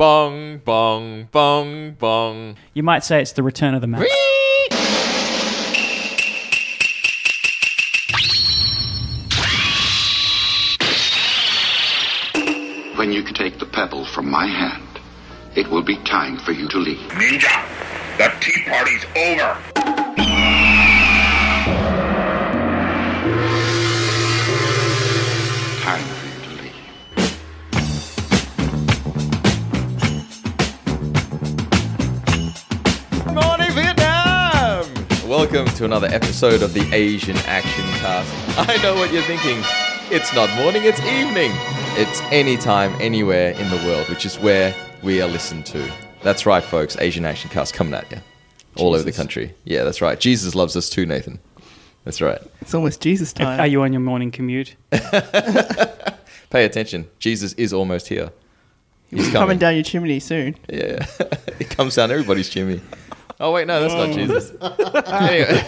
Bong, bong, bong, bong. You might say it's the return of the Mac. When you take the pebble from my hand, it will be time for you to leave. Ninja, the tea party's over. Time for you to leave. Good morning, Vietnam! Welcome to another episode of the Asian Action Cast. I know what you're thinking. It's not morning, it's evening. It's anytime, anywhere in the world, which is where we are listened to. That's right, folks. Asian Action Cast coming at you all over the country. Yeah, that's right. Jesus loves us too, Nathan. That's right. It's almost Jesus time. Are you on your morning commute? Pay attention. Jesus is almost here. He's coming. down your chimney soon. Yeah. it comes down everybody's chimney. Oh wait, no, that's not Jesus. anyway.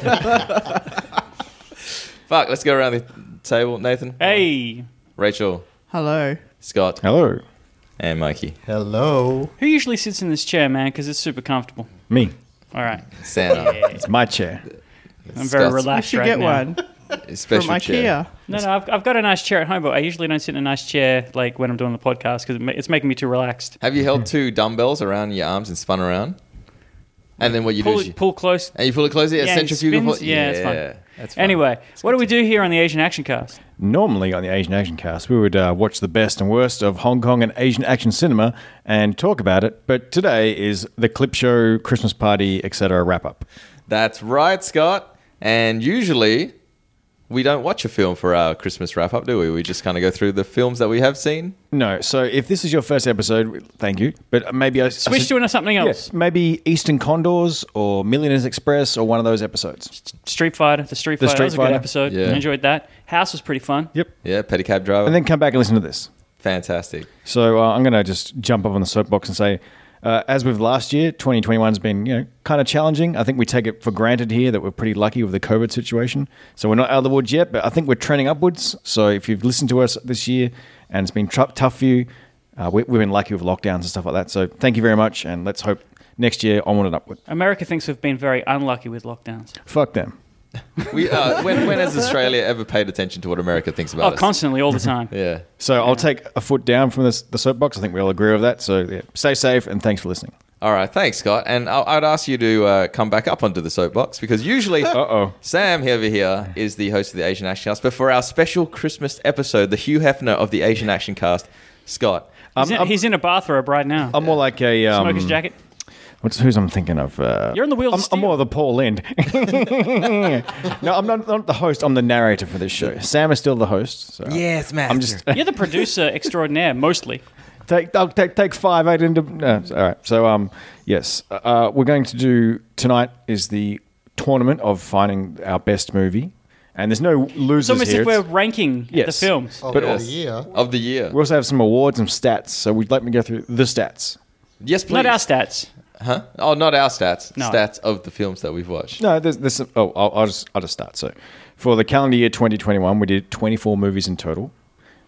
Fuck, let's go around the table. Nathan. Hey, Rachel, Hello. Scott, Hello. and Mikey. Hello. who usually sits in this chair, man? Because it's super comfortable. Me. All right, Santa. It's my chair. I'm very Scott's I relaxed should right get now. one from Special IKEA. chair. No, no, I've, I've got a nice chair at home, but I usually don't sit in a nice chair like when I'm doing the podcast because it ma- it's making me too relaxed. Have you held two dumbbells around your arms and spun around? And then what you do Pull, is you, pull close. and you pull it closer. Yeah, Yeah, it centrifugal. spins. pull- Yeah, it's fine. that's fine. Anyway, what do we do here on the Asian Action Cast? Normally on the Asian Action Cast, we would uh, watch the best and worst of Hong Kong and Asian action cinema and talk about it. But today is the clip show, Christmas party, etc. wrap up. that's right, Scott. And usually, we don't watch a film for our Christmas wrap up, do we? We just kind of go through the films that we have seen. No, so if this is your first episode, thank you. But maybe I Switch to something else. Yes, maybe Eastern Condors or Millionaires Express or one of those episodes. Street Fighter, the Street The Fighter. Street that was a Fighter. good episode. Yeah. I enjoyed that. House was pretty fun. Yep. Yeah, pedicab driver. And then come back and listen to this. Fantastic. So uh, I'm going to just jump up on the soapbox and say, uh, as with last year, 2021 has been you know kind of challenging. I think we take it for granted here that we're pretty lucky with the COVID situation. So we're not out of the woods yet, but I think we're trending upwards. So if you've listened to us this year and it's been tr- tough for you, uh, we, we've been lucky with lockdowns and stuff like that. So thank you very much, and let's hope next year onward and upward. America thinks we've been very unlucky with lockdowns. Fuck them. We, uh, when, when has Australia ever paid attention to what America thinks about oh, us? constantly, all the time. yeah. So I'll take a foot down from this, the soapbox. I think we all agree with that. So yeah, stay safe and thanks for listening. All right, thanks, Scott. And I- I'd ask you to uh, come back up onto the soapbox because usually Uh-oh. Sam over here is the host of the Asian Action Cast. But for our special Christmas episode, the Hugh Hefner of the Asian Action Cast, Scott. He's, I'm- in, I'm- he's in a bathrobe right now. I'm more like a um, Smoker's jacket. What's who's I'm thinking of? Uh, You're on the wheels I'm, of I'm more steel. the Paul End. no, I'm not, not the host. I'm the narrator for this show. Sam is still the host. So yes, man. I'm just You're the producer extraordinaire, mostly. take I'll take take five eight into. No, it's all right. So um, yes, uh, we're going to do tonight is the tournament of finding our best movie, and there's no It's losers almost here. if we're It's- ranking Yes. the Oh, films. Of But the yes. year. Of the year. we also have some awards and stats. So we'd like me to go through the stats. Yes, please. Not our stats. huh? Oh, not our stats. No. Stats of the films that we've watched. No, there's, there's some, oh, I'll, I'll just I'll just start. So, for the calendar year 2021, we did 24 movies in total,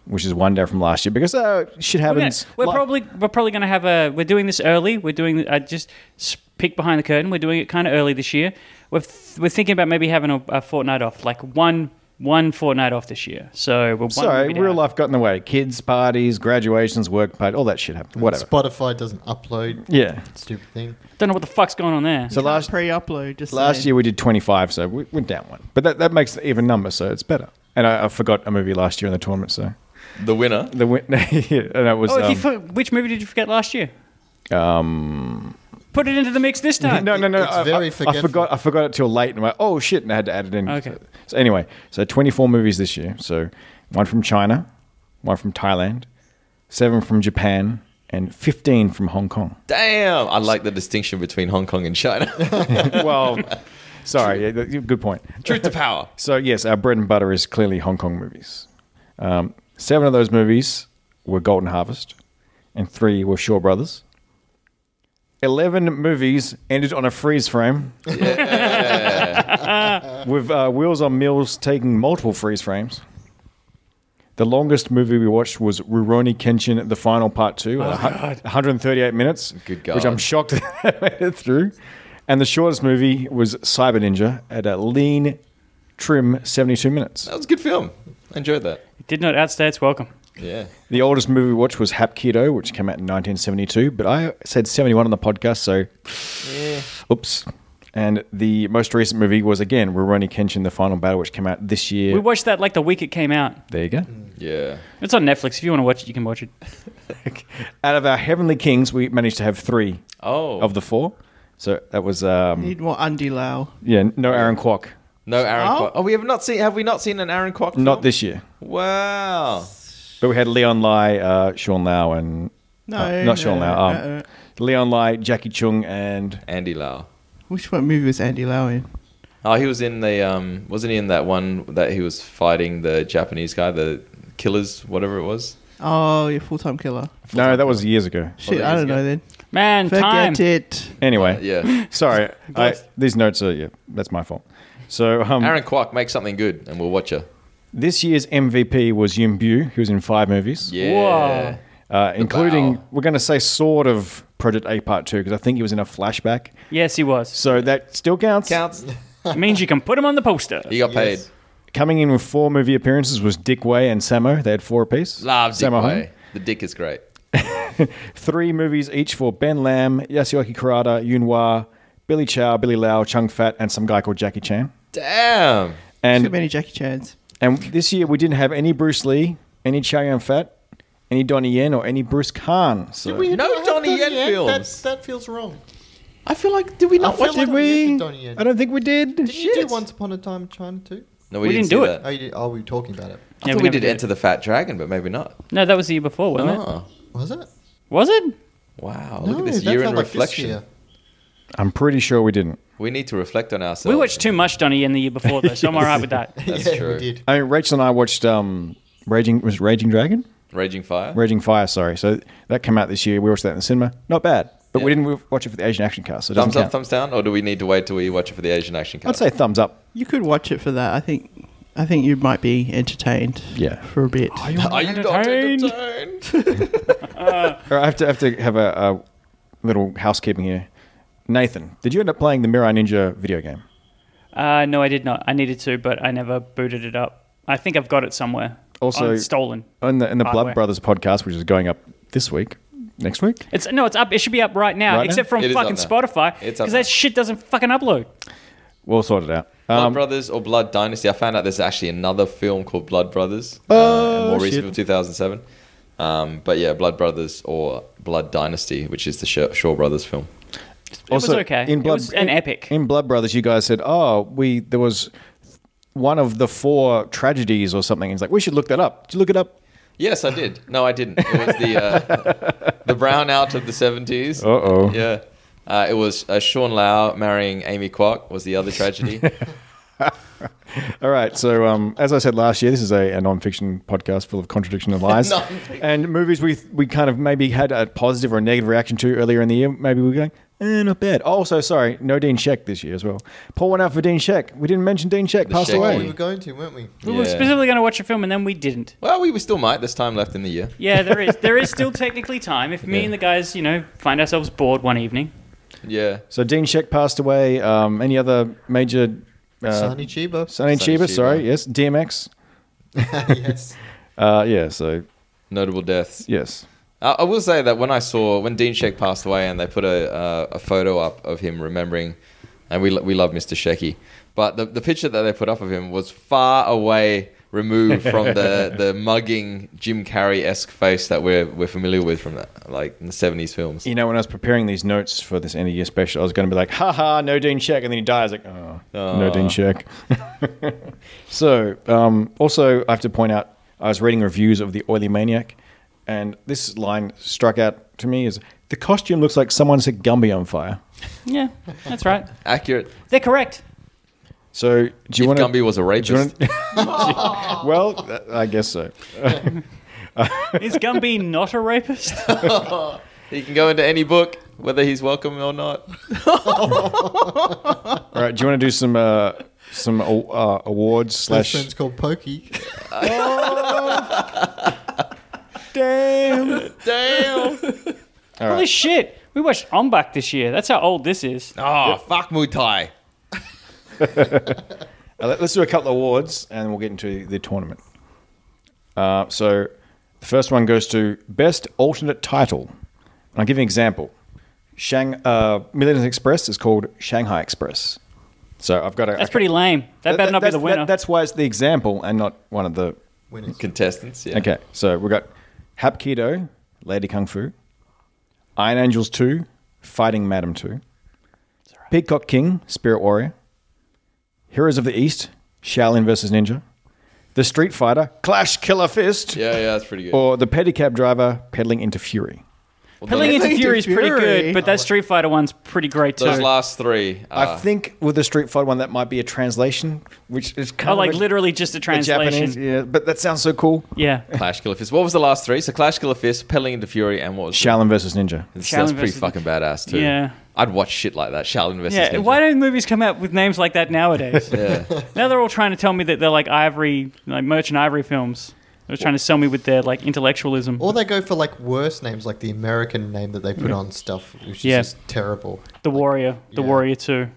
which is one down from last year because uh, shit We're, gonna- happens. we're Life- probably we're probably going to have a. We're doing this early. We're doing. I just s- peek behind the curtain. We're doing it kind of early this year. We're th- we're thinking about maybe having a, a fortnight off, like one one fortnight off this year. So we're one sorry, movie real down. life got in the way. Kids, parties, graduations, work party, all that shit happened. Whatever. Spotify doesn't upload. yeah. Stupid thing. Don't know what the fuck's going on there. So last Pre-upload. Just last saying. year we did 25, so we, we're down one. But that, that makes an even number, so it's better. And I, I forgot a movie last year in the tournament, so The winner. the win- yeah, and it was oh, if you um, for, which movie did you forget last year? Um, put it into the mix this time. no, no, no. It's I, very I- I, forgetful. forgot. I forgot it till late, and I oh shit, and I had to add it in. Okay. So anyway, so 24 movies this year. So one from China, one from Thailand, seven from Japan, and 15 from Hong Kong. Damn. I like the distinction between Hong Kong and China. well, sorry, yeah, that- good point. Truth to power. So yes, our bread and butter is clearly Hong Kong movies. Um, seven of those movies were Golden Harvest, and three were Shaw Brothers. Eleven movies ended on a freeze frame. With uh, Wheels on Mills taking multiple freeze frames. The longest movie we watched was Rurouni Kenshin, the final part two, at a hu- 138 minutes, Oh, Good which I'm God. shocked that made it through. And the shortest movie was Cyber Ninja at a lean, trim 72 minutes. That was a good film. I enjoyed that. It did not outstay its welcome. Yeah. The oldest movie we watched was Hapkido, which came out in 1972, but I said 71 on the podcast, so oops. And the most recent movie was again Rurouni Kenshin: The Final Battle, which came out this year. We watched that like the week it came out. there you go. Yeah. It's on Netflix. If you want to watch it, you can watch it. Out of our Heavenly Kings, we managed to have three Oh. of the four. So that was um, Need more Andy Lau. yeah, no Aaron Kwok, no Aaron Oh. Kwok. Oh, we have not seen. Have we not seen an Aaron Kwok? Film? not this year. Wow. But we had Leon Lai, uh, Sean Lau, and No, uh, not Sean no, Lau. Um, uh-uh. Leon Lai, Jackie Chung, and Andy Lau. Which one movie was Andy Lau in? Oh, he was in the um, wasn't he in that one that he was fighting the Japanese guy, the killers, whatever it was. Oh, your full time killer. no, that was years ago. Shit, that I is don't know good. then. Man, Forget time. it. Anyway, Uh, Yeah, Sorry, I, these notes are yeah. That's my fault. So um, Aaron Kwok, make something good, and we'll watch her. this year's MVP was Yim Bu, who was in five movies, Yeah, uh, including Bow. we're going to say sort of Project A Part Two because I think he was in a flashback. Yes, he was. So that still counts. counts. it means you can put him on the poster. He got paid. Yes. Coming in with four movie appearances was Dick Way and Samo. They had four apiece. Love Dick Sammo Hung. Way. The dick is great. Three movies each for Ben Lam, Yasuaki Karada, Yun Wah, Billy Chow, Billy Lau, Chung Fat, and some guy called Jackie Chan. Damn. And Too many Jackie Chans. And this year we didn't have any Bruce Lee, any Chow Yun Fat, any Donnie Yen, or any Bruce Khan. So We No don't have Donnie Yen films. That, that feels wrong. I feel like did we not not feel watch watch it? like- Uh, did we? Donnie Yen, Donnie Yen. I don't think we did. Did you do Shit. Once Upon a Time in China too? No, we, We didn't, didn't do do it. that. Oh, you did, oh, we were talking about it. I Yeah, thought we, never did Enter the Fat Dragon, but maybe not. No, that was the year before, wasn't it? Oh, Was it? Was it? wow! No, Look at this that year in felt like this reflection. year. I'm pretty sure we didn't. We need to reflect on ourselves. We watched too much Donnie in the year before, though, so I'm all right with that. That's yeah, true. we did. I mean, Rachel and I watched um, Raging was it Raging Dragon, Raging Fire. Raging Fire. Sorry, so that came out this year. We watched that in the cinema. Not bad, but we Yeah. didn't watch it for the Asian Action Cast. So it doesn't thumbs up, count. thumbs down, or do we need to wait till we watch it for the Asian action card? I'd say thumbs up. You could watch it for that. I think. I think you might be entertained. Yeah. For a bit. Are you not Entertained. entertained? All right, I have to I have to have a, a little housekeeping here. Nathan, did you end up playing the Mirai Ninja video game? Uh, no, I did not. I needed to, but I never booted it up. I think I've got it somewhere. Also- Oh, it's stolen. uh, In the in the Hardware. Blood Brothers podcast, which is going up this week, next week. It's no, it's up. It should be up right now, Right now? except from It is fucking up now. Spotify, It's up because now. that shit doesn't fucking upload. We'll sort it out. Blood Um, Brothers or Blood Dynasty? I found out there's actually another film called Blood Brothers, uh, Oh, more shit. recent, 2007. Um, but yeah, Blood Brothers or Blood Dynasty, which is the Sh- Shaw Brothers film. it was okay. it was an in- epic. In Blood Brothers, you guys said, "Oh, we there was one of the four tragedies or something." It's like we should look that up. Did you look it up? Yes, I did. No, I didn't. It was the uh, the brown out of the 70s. Uh-oh. Yeah. Uh, it was uh, Sean Lau marrying Amy Kwok was the other tragedy. All right. So, um, as I said last year, this is a, a non-fiction podcast full of contradiction and lies, Non-fiction. and movies we we kind of maybe had a positive or a negative reaction to earlier in the year. Maybe we were going, eh, not bad. Also, sorry, no Dean Sheck this year as well. Pour one out for Dean Sheck. We didn't mention Dean Sheck. The Passed Sheck away. Oh, we were going to, weren't we? We were Yeah. specifically going to watch a film, and then we didn't. well, we, we still might. There's time left in the year. Yeah, there is. There is still technically time if me Yeah. and the guys, you know, find ourselves bored one evening. Yeah. So Dean Sheck passed away. Um, any other major? Uh, Sonny Chiba. Sonny Sonny Chiba, Chiba. sorry, yes, DMX. yes. Uh, yeah, so Notable deaths. yes, I I will say that when I saw when Dean Sheck passed away, and they put a uh, a photo up of him remembering, and we lo- we love Mr. Shecky, but the the picture that they put up of him was far away removed from the the mugging Jim Carrey esque face that we're we're familiar with from that like in the seventies films. you know when I was preparing these notes for this end of year special, I was going to be like, haha, no Dean Sheck, and then he dies. Like, oh, no Dean Sheck. so um, also, I have to point out, I was reading reviews of the Oily Maniac, and this line struck out to me: is the costume looks like someone set Gumby on fire. Yeah, that's right. Accurate. They're correct. So do If you want Gumby was a Do you rapist, wanna- well, th- I guess so. Is Gumby not a rapist? he can go into any book whether he's welcome or not. All right, do you want to do some uh, some uh, awards Best slash? friend's called Pokey. Damn. Damn. Holy shit! We watched Ombak this year. That's how old this is. Ah, fuck Muay Thai. Uh, let- Let's do a couple of awards and we'll get into the tournament. Uh, so the first one goes to Best Alternate Title. And I'll give you an example. Shang, uh, Millionaire's Express is called Shanghai Express. So I've got a. That's pretty lame. That, better not be that's- the winner. that- that's why it's the example and not one of the. Winners. Contestants, yeah. Okay, so we've got Hapkido, Lady Kung Fu, Iron Angels 2, Fighting Madam 2, Peacock King, Spirit Warrior, Heroes of the East, Shaolin vs. Ninja, The Street Fighter, Clash Killer Fist, Yeah, yeah, that's pretty good. or The Pedicab Driver, Peddling into Fury. Well, Peddling those, into Peddling Fury into is pretty Fury. good, but that Street Fighter one's pretty great too. those last three. I are- think with the Street Fighter one, that might be a translation, which is oh, kind of like a- literally just a a Japanese, translation. yeah, but that sounds so cool. Yeah. Clash Killer Fist. What was the last three? So Clash Killer Fist, Peddling into Fury, and what was Shaolin versus Ninja. It Shaolin sounds pretty versus- fucking badass too. Yeah. I'd watch shit like that. Shaolin versus Yeah. Ninja. Why don't movies come out with names like that nowadays? yeah. Now they're all trying to tell me that they're like ivory, like merchant ivory films. They're trying to sell me with their like intellectualism. Or they go for like worse names, like the American name that they put on stuff, which is Yeah. just terrible. the Warrior, The Yeah. Warrior Two,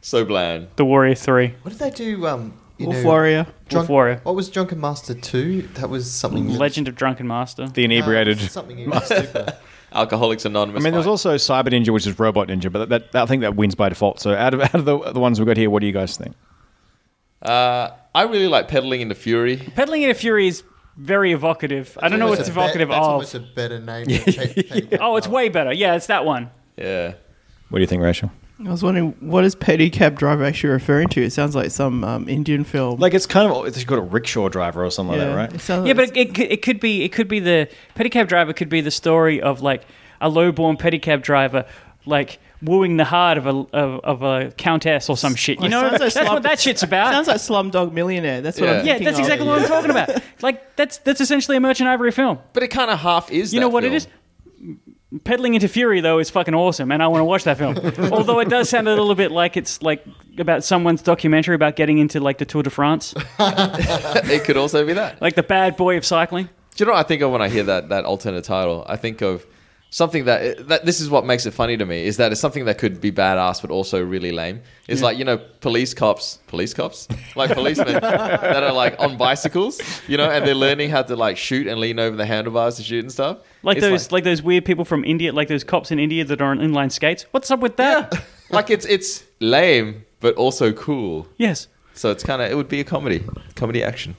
so bland. The Warrior Three. What did they do? Um, you Wolf know, Warrior. Drunk- Warrior. Mm. What was Drunken Master Two? That was something. Legend of Drunken Master. The Uh, inebriated. something even stupider. Alcoholics Anonymous. I mean, there's fight. also Cyber Ninja, which is Robot Ninja, but that, that I think that wins by default. So out of out of the, the ones we've got here, what do you guys think? Uh, I really like Peddling into Fury. Peddling into Fury is very evocative. I don't know what's That's almost a evocative be- that's almost of. a better name. than Pe- Petty Oh, it's way better. Yeah, it's that one. Yeah. What do you think, Rachel? I was wondering, what is pedicab driver actually referring to? It sounds like some um, Indian film. Like it's kind of it's got a rickshaw driver or something like that, It right? sounds Yeah, like but it, it, could- it could be it could be the pedicab driver could be the story of like a lowborn pedicab driver like wooing the heart of a of, of a countess or some shit. You Like, know, sounds like that's slum- what that shit's about. sounds like Slumdog Millionaire. That's what Yeah. I'm yeah, thinking. that's of. exactly what I'm talking about. Like that's that's essentially a Merchant Ivory film. But it kind of half is. You know that what it film. is? Peddling into Fury though is fucking awesome, and I want to watch that film. Although it does sound a little bit like it's like about someone's documentary about getting into like the Tour de France, it could also be that. like the bad boy of cycling. Do you know what I think of when I hear that that alternate title? I think of something that that this is what makes it funny to me is that it's something that could be badass but also really lame. It's like you know police cops, police cops, like policemen that are like on bicycles, you know, and they're learning how to like shoot and lean over the handlebars to shoot and stuff. Like It's those, like, those weird people from India, like those cops in India that are on inline skates. What's up with that? like it's it's lame but also cool. Yes, So it's kind of it would be a comedy, comedy action.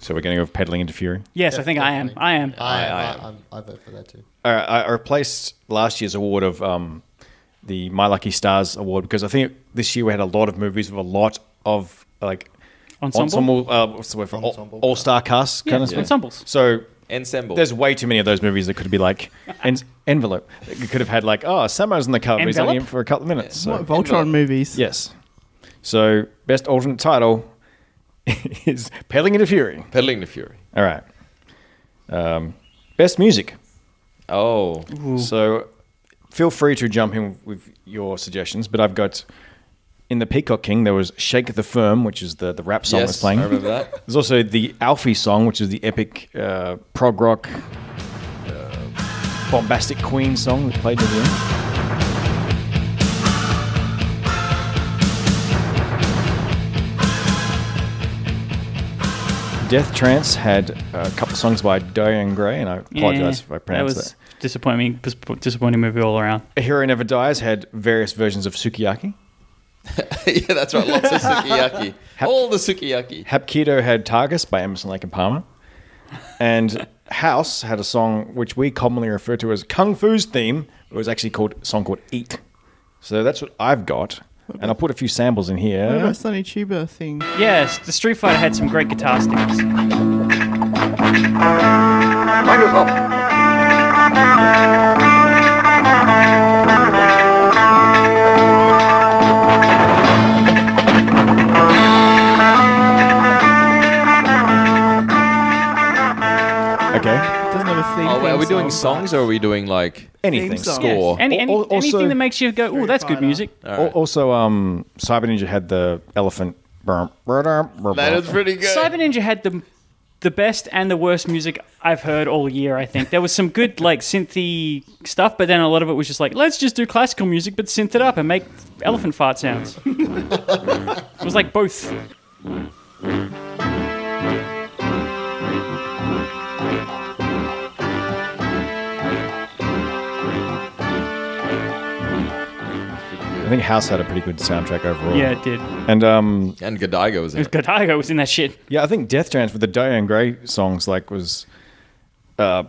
So we're going to go Peddling into Fury. yes, I think I am. I am. I, I- I, I- I'm- I vote for that too. All right, Uh, I I replaced last year's award of um, the My Lucky Stars award because I think this year we had a lot of movies with a lot of like Ensemble? ensemble uh, what's the word for Ensemble. all star casts Yeah, kind of stuff. ensembles. So Ensemble. There's way too many of those movies that could be like en- envelope. It could have had like, oh, Samo's in the cover. He's only in Envelope? for a couple of minutes. So. What, Voltron movies. Yes. So best alternate title is Pedaling into Fury. peddling to fury. All right. Um, best music. Oh, So feel free to jump in with your suggestions, but I've got in the Peacock King there was Shake the Firm, which is the the rap song yes, that's playing. I remember that. There's also the Alfie song, which is the epic uh, prog rock, uh, bombastic Queen song that played in the end. Death Trance had a couple songs by Diane Gray, and I apologize if I pronounced that. that. Was disappointing, disappointing, disappointing movie all around. A Hero Never Dies had various versions of Sukiyaki. yeah, that's right. Lots of sukiyaki. All the sukiyaki. Hapkido had Targus by Emerson, Lake and Palmer. And House had a song which we commonly refer to as Kung Fu's theme, but it was actually called a song called Eat. So that's what I've got. And I'll put a few samples in What here. about Sonny Chiba thing? Yes, the Street Fighter had some great guitar sticks. Okay. Doesn't have a theme. Oh, wait, are theme we doing song, songs or are we doing like? Anything. Theme song. Yes, Score. any, any, Al- also- anything that makes you go, "Oh, that's good Fighter. music." Al- Also, um, Cyber Ninja had the elephant. That is pretty good. Cyber Ninja had the the best and the worst music I've heard all year. I think there was some good like synthy stuff, but then a lot of it was just like let's just do classical music but synth it up and make elephant fart sounds. it was like both. I think House had a pretty good soundtrack overall. Yeah, it did. And um, And Godigo was in it. Godigo was in that shit. yeah, I think Death Trance with the Diane Gray songs like was uh,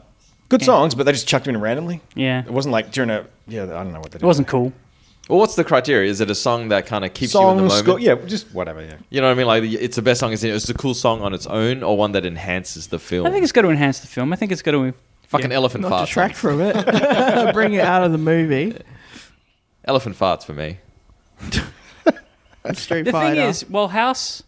good songs, but they just chucked them in randomly. Yeah, It wasn't like during a yeah, I don't know what they did. it wasn't cool. Well, what's the criteria? Is it a song that kind of keeps you in the moment? songs, score, yeah, just whatever. Yeah, You know what I mean? Like, the- it's the best song. Is in it? It's a cool song on its own, or one that enhances the film. I think it's got to enhance the film. I think it's got to. fucking elephant Not farts. detract from it. Bring it out of the movie. Elephant farts for me. Street The Fighter. thing is, well, House,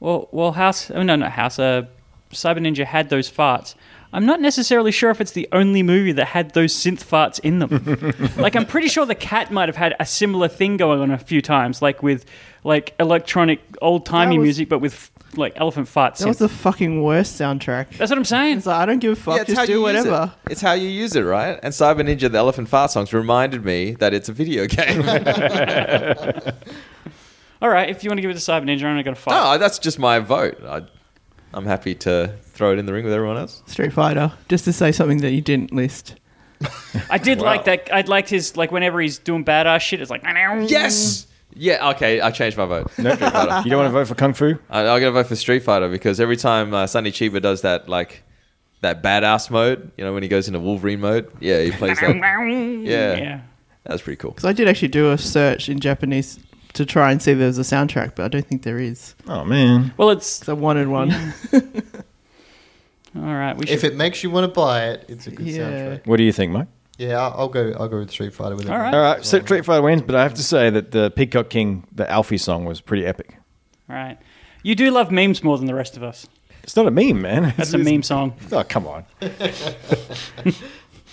well, well, House. Oh no, not House. Uh, Cyber Ninja had those farts. I'm not necessarily sure if it's the only movie that had those synth farts in them. like, I'm pretty sure the cat might have had a similar thing going on a few times, like with like electronic old timey That was- music, but with like elephant farts. that was the fucking worst soundtrack. That's what I'm saying. It's like, I don't give a fuck. just do use whatever. It. It's how you use it, right? And Cyber Ninja, the elephant fart songs, reminded me that it's a video game. no, All right, if you want to give it to Cyber Ninja, I'm not gonna fart. that's just my vote. I, I'm happy to throw it in the ring with everyone else. Street Fighter. Just to say something that you didn't list. Oh. I did like that. I liked his like whenever he's doing badass shit. It's like Yes. Yeah. Okay. I changed my vote. No. Street Uh-huh. Fighter. you don't want to vote for Kung Fu? I, I'm gonna vote for Street Fighter because every time uh, Sonny Chiba does that, like that badass mode, you know, when he goes into Wolverine mode, yeah, he plays that. Yeah. yeah. That's pretty cool. Because I did actually do a search in Japanese to try and see if there was a soundtrack, but I don't think there is. Oh man, Well, it's 'Cause I wanted one. all right. We should. If it makes you want to buy it, it's a good Yeah. soundtrack. what do you think, Mike? Yeah, I'll I'll go. I'll go with Street Fighter with it. All right. All right, so Street Fighter wins, but I have to say that the Peacock King, the Alfie song, was pretty epic. Right. You do love memes more than the rest of us. It's not a meme, man. That's a meme song. Oh come on. All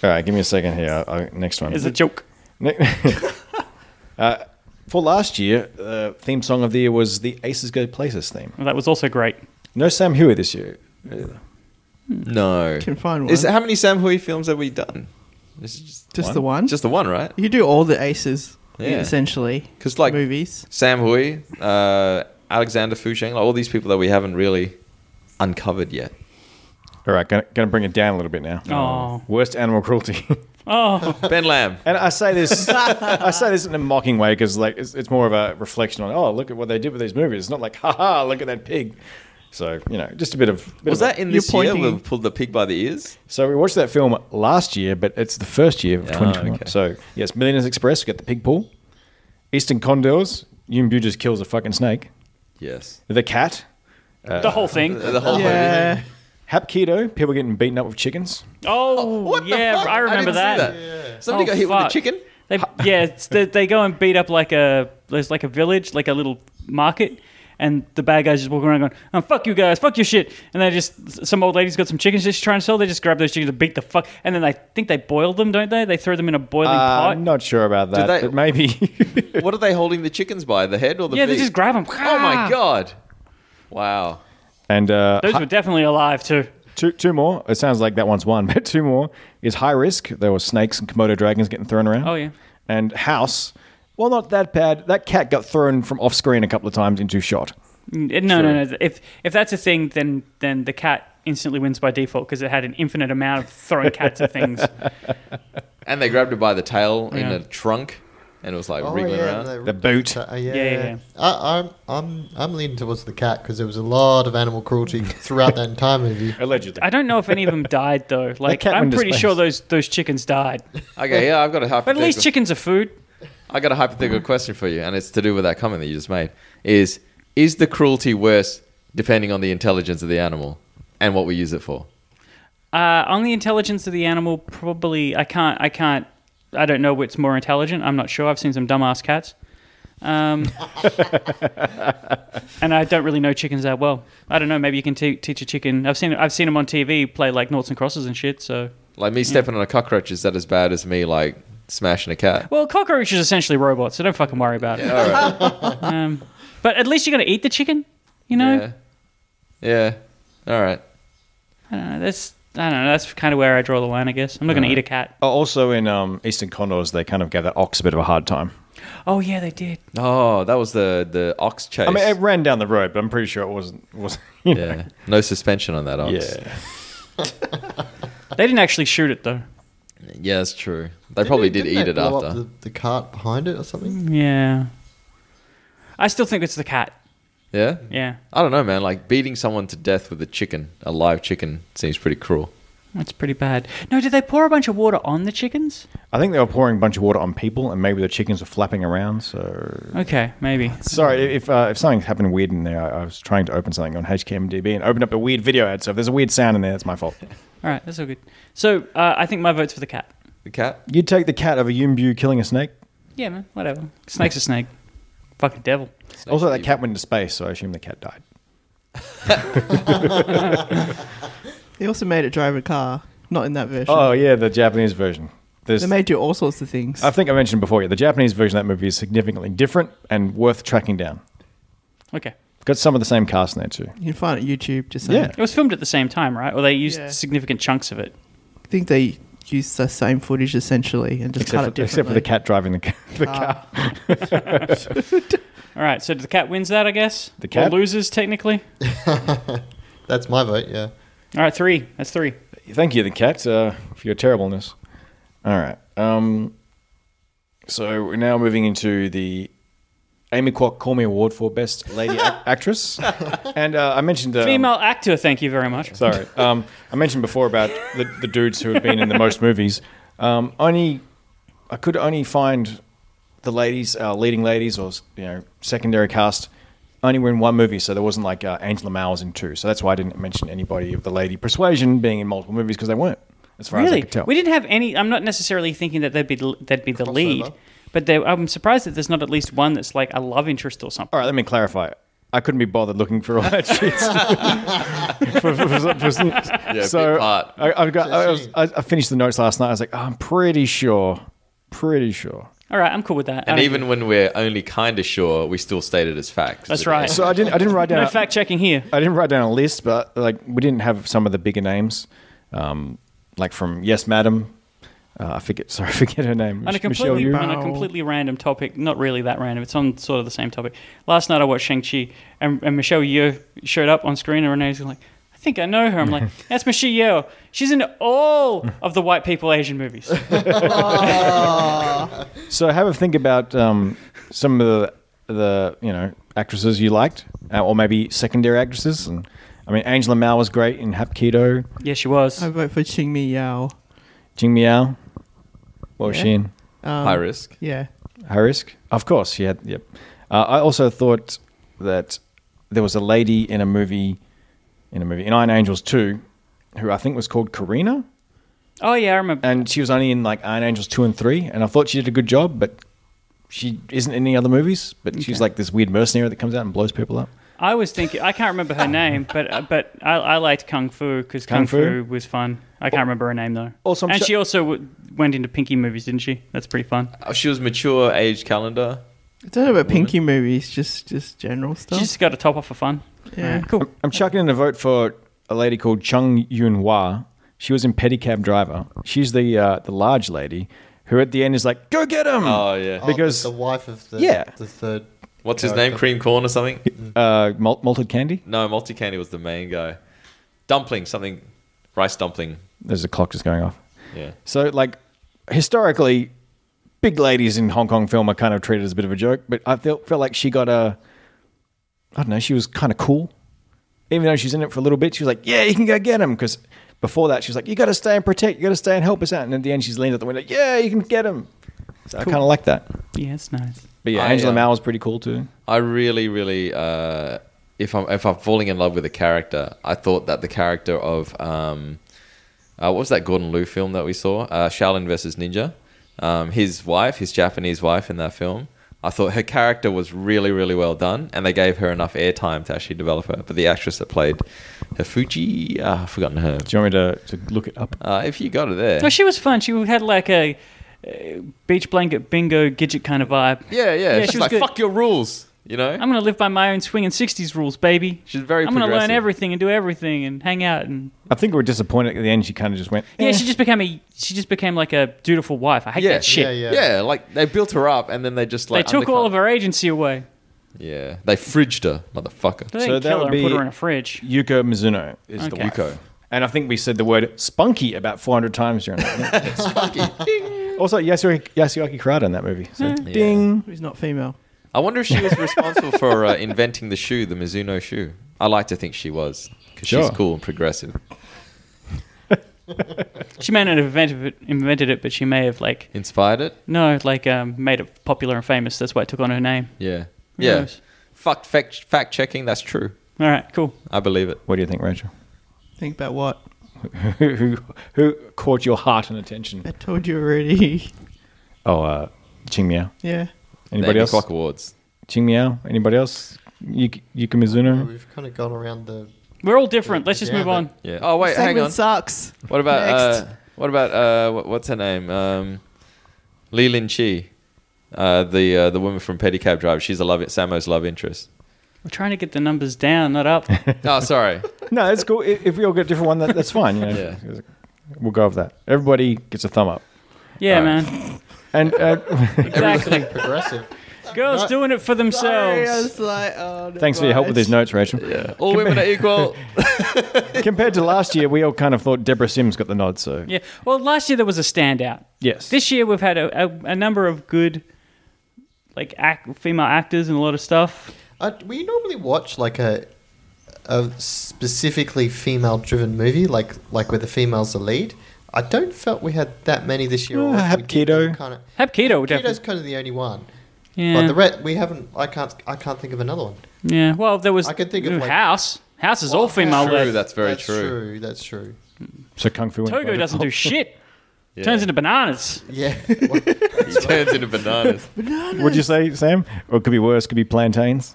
right, give me a second here. I, I- next one. It's a joke. Ne- uh, for last year, uh, theme song of the year was the Aces Go Places theme. Well, that was also great. No Sam Huey this year. No. Can find one. Is how many Sam Hui films have we done? This is just just the one. just the one, right? you do all the aces Yeah. essentially. 'Cause, like- movies. Sam Hui, uh, Alexander Fucheng, like all these people that we haven't really uncovered yet. All right, gonna, gonna bring it down a little bit now. Oh. Worst animal cruelty. Oh, Ben Lamb. and I say this, I say this in a mocking way because like it's, it's more of a reflection on oh look at what they did with these movies. It's not like ha ha look at that pig. So you know, just a bit of. Bit Was of a- that in You're this year pointing- where we pulled the pig by the ears? So we watched that film last year, but it's the first year of Ah, 2021. okay. So yes, Millionaires Express get the pig pool. Eastern Condors, Yumbu just kills a fucking snake. Yes. The cat, the whole thing. Oh, The Oh, whole yeah. Hap Keto, people getting beaten up with chickens. Oh, What the yeah, fuck? I remember didn't see that. Somebody Oh, got hit with a fuck. chicken. They, yeah, it's the, they go and beat up like a there's like a village, like a little market, and the bad guys just walk around going, "Oh fuck you guys, fuck your shit," and they just some old lady's got some chickens she's trying to sell. They just grab those chickens and beat the fuck, and then they think they boil them, don't they? They throw them in a boiling Uh, pot. I'm not sure about that, they- but maybe. What are they holding the chickens by? The head or the yeah, they feet? just grab Ah. them. Oh my god! Wow. and uh, Those were definitely alive too. two, two more. It sounds like that one's one, but two more is high risk. There were snakes and Komodo dragons getting thrown around. Oh, yeah. And house. Well, not that bad. That cat got thrown from off screen a couple of times into shot. N- No, no, no. If if that's a thing, then then the cat instantly wins by default because it had an infinite amount of throwing cats at things. And they grabbed it by the tail in Yeah. a trunk, and it was like Oh, wriggling yeah, around. they- The boot. uh, yeah, yeah, yeah. I, I'm, I'm, I'm leaning towards the cat because there was a lot of animal cruelty throughout that entire movie. Allegedly. I don't know if any of them died though. Like cat I'm went to pretty space. sure those those chickens died. Okay, yeah, I've got a hypothetical. But at least chickens are food. I got a hypothetical question for you, and it's to do with that comment that you just made. Is is the cruelty worse depending on the intelligence of the animal and what we use it for? Uh, on the intelligence of the animal, probably I can't I can't I don't know what's more intelligent. I'm not sure. I've seen some dumbass cats. Um, and I don't really know chickens that well. I don't know. Maybe you can te- teach a chicken. I've seen I've seen them on TV play like noughts and crosses and shit. So Like me stepping on a cockroach is that as bad as me like smashing a cat? Well, cockroaches are essentially robots, so don't fucking worry about it. um, but at least you're going to eat the chicken, you know? Yeah. Yeah. All right. I don't know. Uh, That's I don't know. That's kind of where I draw the line, I guess. I'm not going to eat a cat. Oh, Also, in um, Eastern Condors, they kind of gave that ox a bit of a hard time. Oh yeah, they did. Oh, that was the the ox chase. I mean, it ran down the road, but I'm pretty sure it wasn't. wasn't you know. yeah, no suspension on that ox. Yeah. They didn't actually shoot it though. yeah, that's true. They probably did Didn't eat they it blow after. Up the, the cart behind it or something. Yeah. I still think it's the cat. Yeah, Yeah, I don't know, man. Like beating someone to death with a chicken, a live chicken, seems pretty cruel. that's pretty bad. No, did they pour a bunch of water on the chickens? I think they were pouring a bunch of water on people, and maybe the chickens were flapping around. So Okay, maybe. sorry if uh, if something's happened weird in there. I, I was trying to open something on HKMDB and opened up a weird video ad. So if there's a weird sound in there, it's my fault. All right, that's all good. So uh, I think my vote's for the cat. The cat. You'd take the cat over Yumbu killing a snake. Yeah, man, whatever. Snake's a snake. Fucking devil. also, that cat went into space, so I assume the cat died. They also made it drive a car, not in that version. Oh yeah, the Japanese version. There's, They made do all sorts of things. I think I mentioned before. Yeah, the Japanese version of that movie is significantly different and worth tracking down. Okay. Got some of the same cast in there too. you can find it on YouTube. Just Yeah. yeah. It was filmed at the same time, right? Or they used Yeah. significant chunks of it. I think they used the same footage essentially and just Except cut for, it except for differently. the cat driving the, ca- the car. All right, so the cat wins that, I guess. The cat? or loses technically. That's my vote. Yeah. All right, three. That's three. Thank you, the cat, uh, for your terribleness. All right. Um, so we're now moving into the Amy Kwok Call Me Award for Best Lady Ac- Actress. And uh, I mentioned. Um, Female actor, thank you very much. Sorry. Um, I mentioned before about the, the dudes who have been in the most movies. Um, only I could only find the ladies, uh, leading ladies, or you know, secondary cast. Only were in one movie, so there wasn't like uh, Angela Mao was in two. So that's why I didn't mention anybody of the lady persuasion being in multiple movies because they weren't, as far as I Really? could tell. We didn't have any. I'm not necessarily thinking that they'd be they'd be the lead, Crossover. but they, I'm surprised that there's not at least one that's like a love interest or something. All right, let me clarify. I couldn't be bothered looking for all that shit. For- for- for- for- so big part. I, I've got. I, was, Just I, I finished the notes last night. I was like, "Oh, I'm pretty sure, pretty sure. All right, I'm cool with that. And I don't- even when we're only kind of sure, we still state it as fact. that's right. So I didn't. I didn't write down. no fact checking here. I didn't write down a list, but like we didn't have some of the bigger names, um, like from Yes, Madam. Uh, I forget. Sorry, I forget her On name. a Michelle completely Yeoh. on a completely random topic, not really that random. It's on sort of the same topic. Last night I watched Shang Chi, and, and Michelle Yeoh showed up on screen, and Renee's like, "I think I know her." I'm like, "That's Michelle Yeoh. She's in all of the white people Asian movies." So have a think about um, some of the, the you know actresses you liked, uh, or maybe secondary actresses. And I mean, Angela Mao was great in Hapkido. yeah, she was. I vote for Ching Mi Yao. Jing Miao, what was she Yeah. in? High risk. Yeah. High risk. Of course, she had. Yep. Uh, I also thought that there was a lady in a movie, in a movie in Iron Angels two, who I think was called Karina, oh yeah, I remember. and she was only in like Iron Angels two and three, and I thought she did a good job, but she isn't in any other movies. But she's like this weird mercenary that comes out and blows people up. I was thinking I can't remember her name, but uh, but I, I liked Kung Fu because Kung, Kung Fu? Fu? was fun. I can't remember her name though. Also, I'm and sure- she also w- went into Pinky movies, didn't she? That's pretty fun. Oh, She was mature age calendar. I don't know about Pinky movies, just just general She stuff. just got a top off for fun. yeah. Cool. I'm chucking in a vote for a lady called Chung Yun Hwa. She was in Pedicab Driver. She's the uh, the large lady who at the end is like, "Go get him!" Oh yeah. Oh, Because- the wife of the Yeah. the third. What's his name? Cream corn or something? uh, malt- malted candy. No, multi candy was the main guy. Dumpling, something, rice dumpling. There's a clock just going off. Yeah. So like historically, big ladies in Hong Kong film are kind of treated as a bit of a joke. But I felt felt like she got a, I don't know, she was kind of cool. Even though she's in it for a little bit, she was like, "Yeah, you can go get him." Because before that, she was like, "You got to stay and protect. You got to stay and help us out." And at the end, she's leaned out the window, "Yeah, you can get him." So I kind of like that. Yeah, it's nice. But yeah, I, Angela uh, Mao was pretty cool too. I really, really, uh, if I'm if I'm falling in love with a character, I thought that the character of um, uh, what was that Gordon Liu film that we saw, uh, Shaolin versus Ninja, um, his wife, his Japanese wife in that film. I thought her character was really, really well done, and they gave her enough airtime to actually develop her. But the actress that played her Fuji, ah, I've forgotten her. Do you want me to, to look it up? Uh, if you got it there, No, she was fun. She had like a uh, beach blanket bingo gidget kind of vibe. yeah, yeah. Yeah, She's she was like, good. "Fuck your rules." You know? I'm gonna live by my own swinging '60s rules, baby. She's very I'm gonna learn progressive. everything and do everything and hang out and I think we were disappointed at the end. She kind of just went, yeah. "Eh." She just became a she just became like a dutiful wife. I hate Yeah. that shit. Yeah, Yeah, yeah. like they built her up and then they just They like took all of undercut- her agency away. Yeah, they fridged her, motherfucker. They So didn't that kill her would and put be- her in a fridge. Yuko Mizuno. Is the Okay. Wuko. And I think we said the word spunky about 400 times during that. also, Yasuyaki, Yasuyaki Karada in that movie. So, Ding. Who's not female? I wonder if she was responsible for uh, inventing the shoe, the Mizuno shoe. I like to think she was because Sure. she's cool and progressive. She may not have invented it, invented it, but she may have like Inspired it? no, like um, made it popular and famous. That's why it took on her name. Yeah. Who Yeah. knows? Fuck fact, fact checking. That's true. All right, cool. I believe it. What do you think, Rachel? Think about what? who, who, who caught your heart and attention? I told you already. Oh, uh, Ching Miao. yeah. Anybody Amy else? Clock Awards. Ching Miao. Anybody else? Yuki, Yuki Mizuno. We've kind of gone around the. We're all different. Let's just Yeah, move but- on. Yeah. Oh wait, Segment hang on. sucks. What about Next. uh, what about uh, what, what's her name? Um, Lee Lin Chi, uh, the uh, the woman from Pedicab Drive. She's a love Samo's love interest. We're trying to get the numbers down, not up. Oh, sorry. No, it's cool. If, if we all get a different one, that, that's fine. You know, Yeah. We'll go with that. Everybody gets a thumb up. Yeah, All right. man. And uh, Exactly. Progressive. Girls doing it for Sorry, I themselves. was like, oh, no, thanks for your help with these notes, Rachel. All women are equal. Compared to last year, we all kind of thought Deborah Sims got the nod. So Yeah. Well, last year there was a standout. yes, This year we've had a, a, a number of good, like act, female actors and a lot of stuff. Uh, we normally watch like a a specifically female driven movie, like like where the females are lead. I don't felt we had that many this year. or Yeah, if we did, Ah, Hapkido. we Kinda, Hab Keto, Hapkido's definitely. kind of the only one. Yeah. But the red, we haven't. I can't. I can't think of another one. yeah. Well, there was. I could think of, ooh, like- House. House is all female. True, led. that's very That's true. true. That's true. So Kung Fu. went by Togo doesn't do default. shit. Turns into bananas. Yeah. He turns into bananas. Would you say Sam? Or it could be worse. Could be plantains.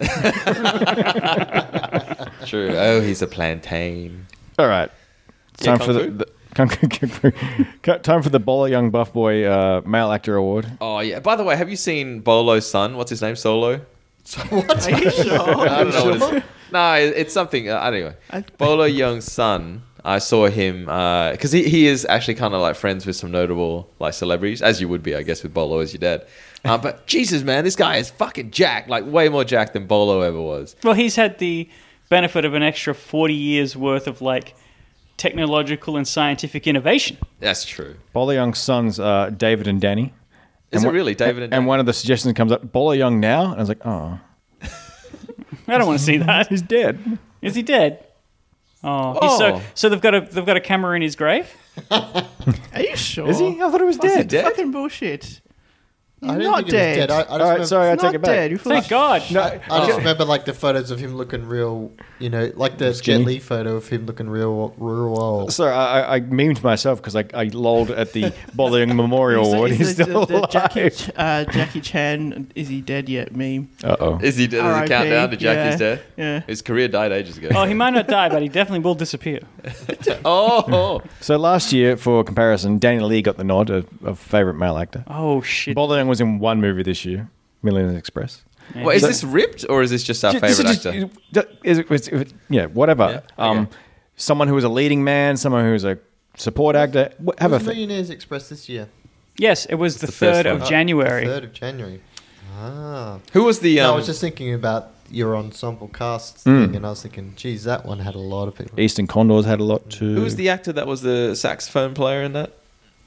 True. Oh, he's a plantain. all right. It's Yeah, time for Kung Fu? the, the Kung Fu- Kung Fu- Cu- time for the Bowler Young Buff Boy uh, Male Actor Award. Oh yeah. By the way, have you seen Bolo's son? What's his name? Solo. what? I don't know what it's. No, it- it's something. Uh, anyway, Bolo Young's son. I saw him because he, he is actually kind of like friends with some notable like celebrities, as you would be, I guess, with Bolo as your dad. Uh, but Jesus, man, this guy is fucking jacked, like way more jacked than Bolo ever was. Well, he's had the benefit of an extra 40 years worth of like technological and scientific innovation. That's true. Bowler Young's sons, uh, David and Danny. Is And it one- really David and, And one of the suggestions comes up, Bowler Young now? And I was like, oh, I don't want to see that. he's dead. Is he dead? Oh, he's Oh. so so they've got a they've got a camera in his grave. Are you sure? Is he? I thought he was Oh, he dead. dead? Fucking bullshit. He's I not didn't think he was dead. dead. I, I just All right, remember, sorry, I Oh. He's take not it back. dead. You Thank God. No, I just remember like the photos of him looking real. You know, like the Jet Skinny. Li photo of him looking real rural. sorry, I, I, I memed myself because I, I lolled at the Bowler Young Memorial Award. He's, still alive. Jackie, Ch- uh, Jackie Chan, is he dead yet? Meme. Uh-oh. Is he dead? Is R.I.P., it countdown to Jackie's yeah, death? yeah. His career died ages ago. Oh, he might not die, but he definitely will disappear. oh, So last year, for comparison, Daniel Lee got the nod of, of favourite male actor. Oh shit! Bowler Young was in one movie this year, Millionaire's Express. Wait, is this ripped or is this just our Ju- favorite just- actor? just- is it- is it- yeah, whatever. Yeah, okay. Um, someone who is a leading man, someone who is a support actor. wh- Have a was thing. Millionaires Express this year, yes, it was the, the first third one. of Oh, January. third of January. Ah. Who was the? Um, No, I was just thinking about your ensemble cast thing, and I was thinking, geez, that one had a lot of people. Eastern Condors had a lot to. Who was the actor that was the saxophone player in that?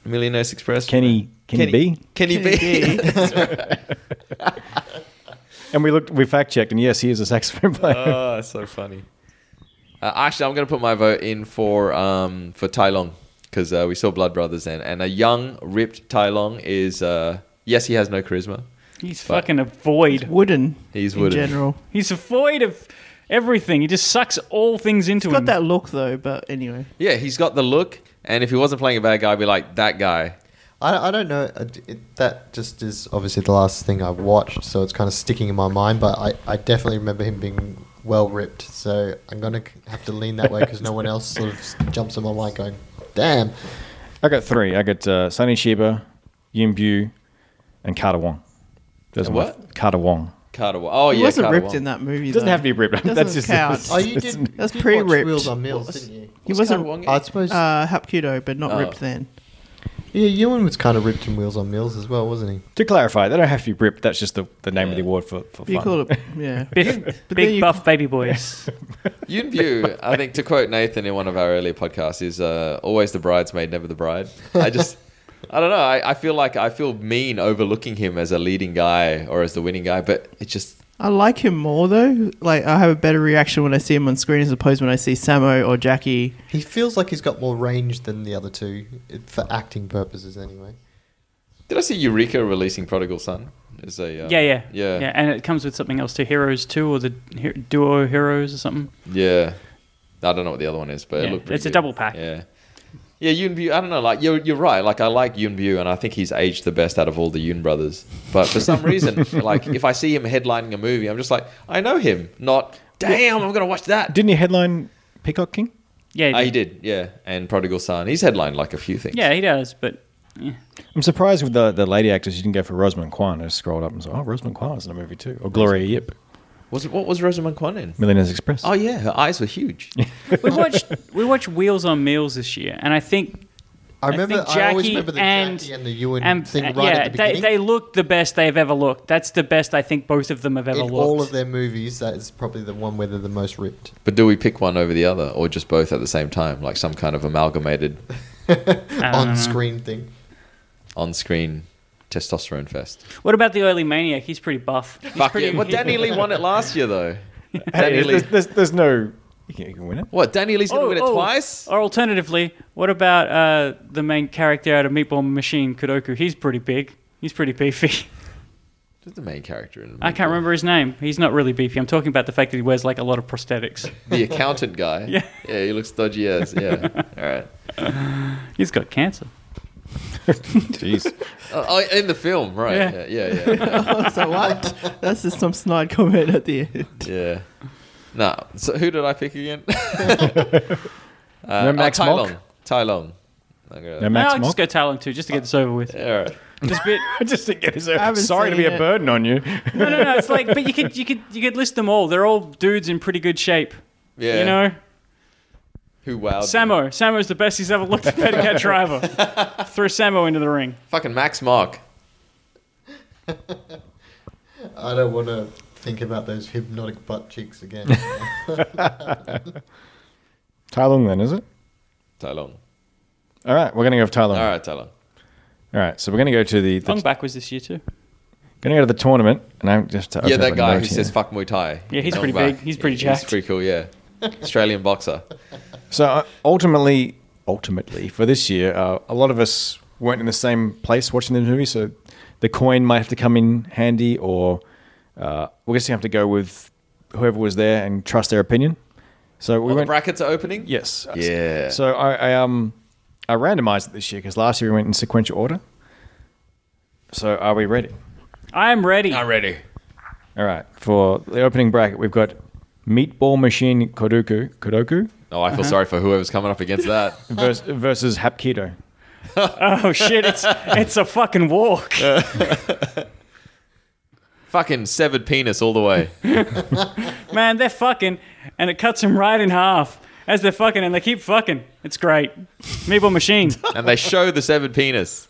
Millionaire's Express. Kenny? Kenny, B. Kenny, B. And we looked, we fact checked, and yes, he is a saxophone player. oh, that's so funny. Uh, actually, I'm going to put my vote in for um, for Tai Long because uh, we saw Blood Brothers and and a young ripped Tai Long is uh, yes, he has no charisma. He's fucking a void. Wooden. He's in wooden. general. He's a void of everything. He just sucks all things into He's got him. that look though, but anyway. Yeah, he's got the look, and if he wasn't playing a bad guy, I'd be like that guy. I, I don't know. uh, d- It, that just is obviously the last thing I watched, so it's kind of sticking in my mind. But I, I definitely remember him being well ripped, so I'm gonna c- have to lean that way because no one else sort of s- jumps in my mind going, "Damn, I got three. I got uh, Sonny Sheba, Yim Bu, and Carter Wong. Those And are my- what? Carter Wong. Carter. Wa- Oh He yeah, wasn't Carter ripped Wong. in that movie. It doesn't though. have to be ripped. Doesn't That's just count. it's- Oh, you it's- did. That's you watched pre-ripped. Wheels on Mills, didn't you? He Was Carter wasn't Wong in I it? suppose. uh, Hapkido, but not Oh. ripped then. yeah, Ewan was kind of ripped in Wheels on Mills as well, wasn't he? To clarify, they don't have to be ripped. That's just the, the name of the award for, for You fun. called it, yeah. Big, then you- big buff baby boys. Yun View, I think to quote Nathan in one of our earlier podcasts, is uh, always the bridesmaid, never the bride. I just, I don't know. I, I feel like I feel mean overlooking him as a leading guy or as the winning guy, but it just, I like him more though. Like I have a better reaction when I see him on screen as opposed when I see Samo or Jackie. He feels like he's got more range than the other two it- for acting purposes, anyway. did I see Eureka releasing Prodigal Son? Is a uh, yeah, yeah, yeah, yeah. yeah, And it comes with something else too, Heroes Two or the Her- Duo Heroes or something. I don't know what the other one is, but Yeah, it looked pretty it's a good. double pack. Yeah. Yeah, Yun View, I don't know, like you're you're right. Like I like Yun View and I think he's aged the best out of all the Yun brothers. But for some reason, like if I see him headlining a movie, I'm just like, I know him. Not damn, I'm gonna watch that. Didn't he headline Peacock King? Yeah, Ah, he did, yeah. And Prodigal Son. He's headlined like a few things. Yeah, he does. But I'm surprised with the, the lady actors you didn't go for Rosamund Kwan. I just scrolled up and saw, oh, Rosamund Kwan was in a movie too. Or Gloria Yip, Was what was Rosamund Kwan in? Millionaire's Express. Oh yeah, her eyes were huge. we watched we watched Wheels on Meals this year, and I think I remember. I, think always Jackie remember the and- Jackie and the Ewan and thing uh, right yeah, at the beginning. they they look the best they've ever looked. That's the best I think both of them have ever in looked. all of their movies, that is probably the one where they're the most ripped. but do we pick one over the other or just both at the same time? Like some kind of amalgamated on screen thing. on screen testosterone fest. What about the oily maniac? He's pretty buff. He's Fuck pretty, yeah. Well Danny Lee won it last year though. Danny Hey, Lee there's, there's, there's no. You can, you can win it. What, Danny Lee's gonna Oh, win it oh, twice? Or alternatively, what about uh, the main character out of Meatball Machine, Kodoku? He's pretty big. He's pretty beefy. Who's the main character in I can't remember his name. He's not really beefy. I'm talking about the fact that he wears like a lot of prosthetics. The accountant guy. Yeah. Yeah, he looks dodgy as. Yeah. All right. He's got cancer. Jeez. Oh, oh, in the film, right. Yeah, Yeah. yeah, yeah. yeah, so what? That's just some snide comment at the end. yeah. Nah. So who did I pick again? uh, No Max oh, Tai Mock? Long. Tai Long. I'm gonna- No, No, Max I'll Mock. just go Talon too, just to get this over with. All right. Just bit. just to get his haven't Sorry to seen be it. a burden on you. No, no, no. It's like, but you could, you could, you could list them all. They're all dudes in pretty good shape. Yeah. You know, Who wowed? me? Samo. Samo's the best he's ever looked at Petticat Driver. Threw Samo into the ring. Fucking Max Mock. I don't want to think about those hypnotic butt cheeks again. Tai Lung then, is it? Tai Long. All right, we're going to go for Tai Lung. All right, Tai Long. All right, so we're going to go to the, the Long back was this year too. going to go to the tournament, and I'm just to Yeah, open up that a guy note who here. says "fuck Muay Thai." Yeah, he's Knock pretty back. big. He's pretty He's jacked. pretty cool. Yeah. Australian boxer. So uh, ultimately, ultimately for this year, uh, a lot of us weren't in the same place watching the movie, so the coin might have to come in handy, or uh, we're just gonna have to go with whoever was there and trust their opinion. So we Well, the went. brackets are opening. yes. Yeah. So I, I um I randomized it this year because last year we went in sequential order. So are we ready? I am ready. I'm ready. All right. For the opening bracket, we've got Meatball Machine Kodoku Kodoku Oh, I feel Uh-huh. sorry for whoever's coming up against that. versus, versus Hapkido. Oh shit! It's it's a fucking walk. Fucking severed penis all the way. Man, they're fucking, and it cuts him right in half as they're fucking, and they keep fucking. It's great. Meatball Machine. and they show the severed penis.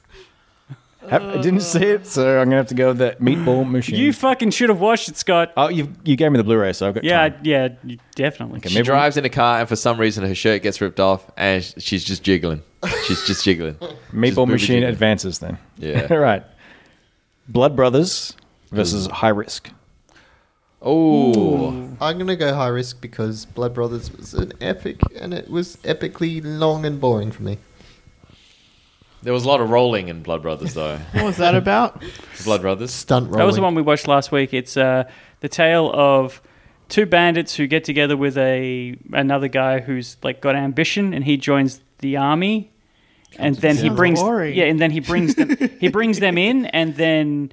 Hap- I didn't see it, so I'm gonna have to go with that meatball machine. You fucking should have watched it, Scott. oh, you you gave me the Blu-ray, so I've got Yeah, time. yeah, definitely. She drives in a car, and for some reason, her shirt gets ripped off, and sh- she's just jiggling. She's just jiggling. Just Meatball booby machine jiggling. advances then. Yeah. All right. Blood Brothers versus High Risk. Oh, I'm going to go high risk because Blood Brothers was an epic, and it was epically long and boring for me. there was a lot of rolling in Blood Brothers, though. What was that about? Blood Brothers. Stunt rolling. That was the one we watched last week. It's uh, the tale of two bandits who get together with a another guy who's like got ambition, and he joins the army, and then he Sounds brings boring. yeah, and then he brings them he brings them in, and then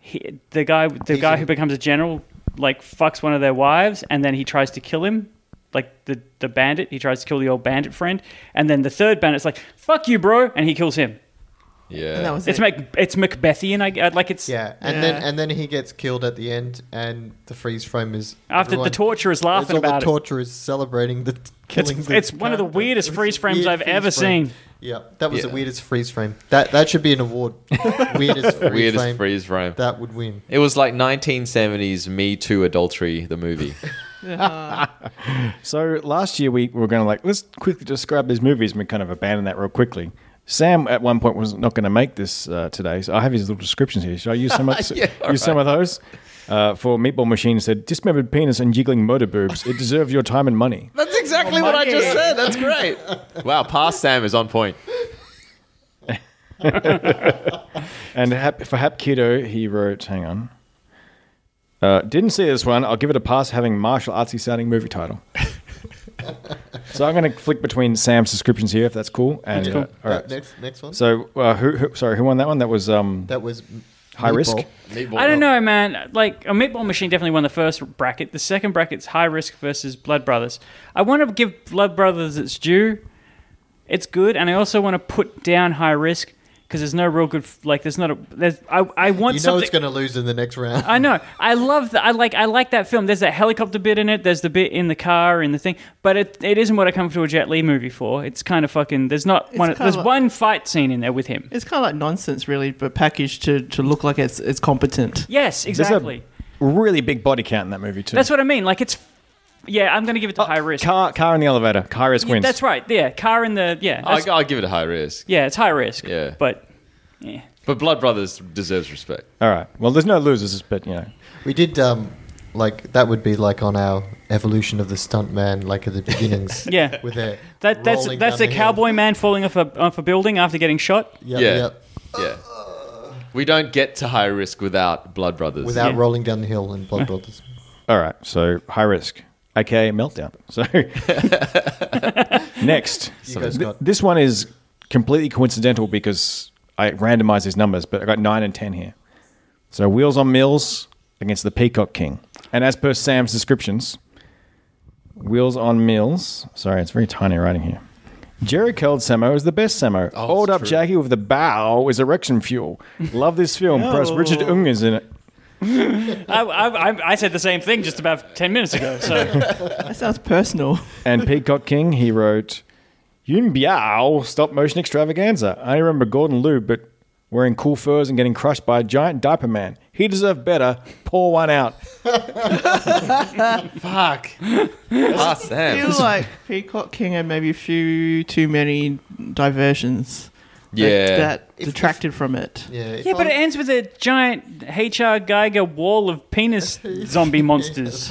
he, the guy the He's guy in- who becomes a general like fucks one of their wives, and then he tries to kill him. Like the, the bandit, he tries to kill the old bandit friend, and then the third bandit's like, "Fuck you, bro," and he kills him. Yeah. And that was It's it. Mac, it's Macbethian. I, I like it's Yeah, and Yeah. then and then he gets killed at the end, and the freeze frame is after everyone- the torture is it's laughing all the about it. torture is celebrating the killing. the it's one of the character. weirdest It's freeze a frames weird I've freeze ever frame. seen. Yeah, that was Yeah. the weirdest freeze frame. That that should be an award. weirdest freeze Weirdest frame. freeze frame. That would win. It was like 1970s Me Too adultery, the movie. So last year we were going to like let's quickly describe these movies, and we kind of abandoned that real quickly. Sam at one point was not going to make this uh, today, so I have his little descriptions here. Should I use some of, Yeah, use all some of those? Uh, for Meatball Machine said dismembered penis and jiggling motor boobs. It deserved your time and money. That's exactly Oh what I just said. That's great. wow, past Sam is on point. And Hap, for Hap Kido, he wrote, hang on. Uh, didn't see this one. I'll give it a pass having martial artsy sounding movie title. so I'm going to flick between Sam's descriptions here if that's cool. And uh, all That- right. next next one. So uh, who, who? Sorry, who won that one? That was um. that was m- High risk? meatball. I don't know, man. Like a meatball machine definitely won the first bracket. The second bracket's high risk versus Blood Brothers. I want to give Blood Brothers its due. It's good, and I also want to put down high risk because there's no real good. f- Like there's not a. There's I I want You know something. it's going to lose in the next round. I know. I love that. I like. I like that film. There's that helicopter bit in it. There's the bit in the car in the thing. But it, it isn't what I come to a Jet Li movie for. It's kind of fucking. There's not It's one. kinda There's like- one fight scene in there with him. It's kind of like nonsense, really, but packaged to, to look like it's it's competent. Yes, There's exactly. a really big body count in that movie too. That's what I mean. Like it's. Yeah, I'm gonna give it to high risk. Uh, Car, car in the elevator. Car risk Yeah, wins. that's right. Yeah, car in the yeah. I, that's- I'll give it a high risk. yeah, it's high risk. Yeah. but But Blood Brothers deserves respect. All right. Well, there's no losers, but you know. We did um like that would be like on our evolution of the stuntman, like at the beginnings. Yeah. with their that that's rolling that's a down the hill. cowboy man falling off a off a building after getting shot. Yep, yeah. yep. Yeah. We don't get to high risk without Blood Brothers. Without Yeah. rolling down the hill and blood brothers. All right. So high risk, aka meltdown. So next, You guys Th- got this one is completely coincidental because I randomized these numbers, but I got nine and ten here. So wheels on mills against the Peacock King, and as per Sam's descriptions, wheels on mills. Sorry, it's very tiny writing here. Jerry curled Samo is the best Oh, Samo. Hold up, Jackie with the bow is erection fuel. Love this film. Press Richard Ung is in it. I, I, I, I said the same thing just about ten minutes ago. So That sounds personal. And Peacock King, he wrote Yun Biao stop motion extravaganza. I remember Gordon Liu, but wearing cool furs and getting crushed by a giant diaper man. He deserved better. Pour one out. Fuck. past I Sam. feel like Peacock King had maybe a few too many diversions Yeah. that, that detracted from it. yeah. if yeah, but I- it ends with a giant HR Geiger wall of penis zombie monsters.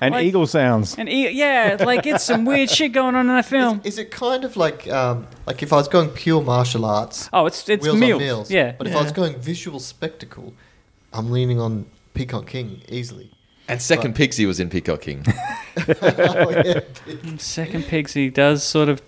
And Like- eagle sounds. And e- yeah, like it's some weird shit going on in that film. Is it kind of like um, like if I was going pure martial arts, Oh, it's it's wheels meals. on meals? Yeah, But if I was Yeah. going visual spectacle, I'm leaning on Peacock King easily. And Second Pixie was in Peacock King. oh, yeah. Second Pixie does sort of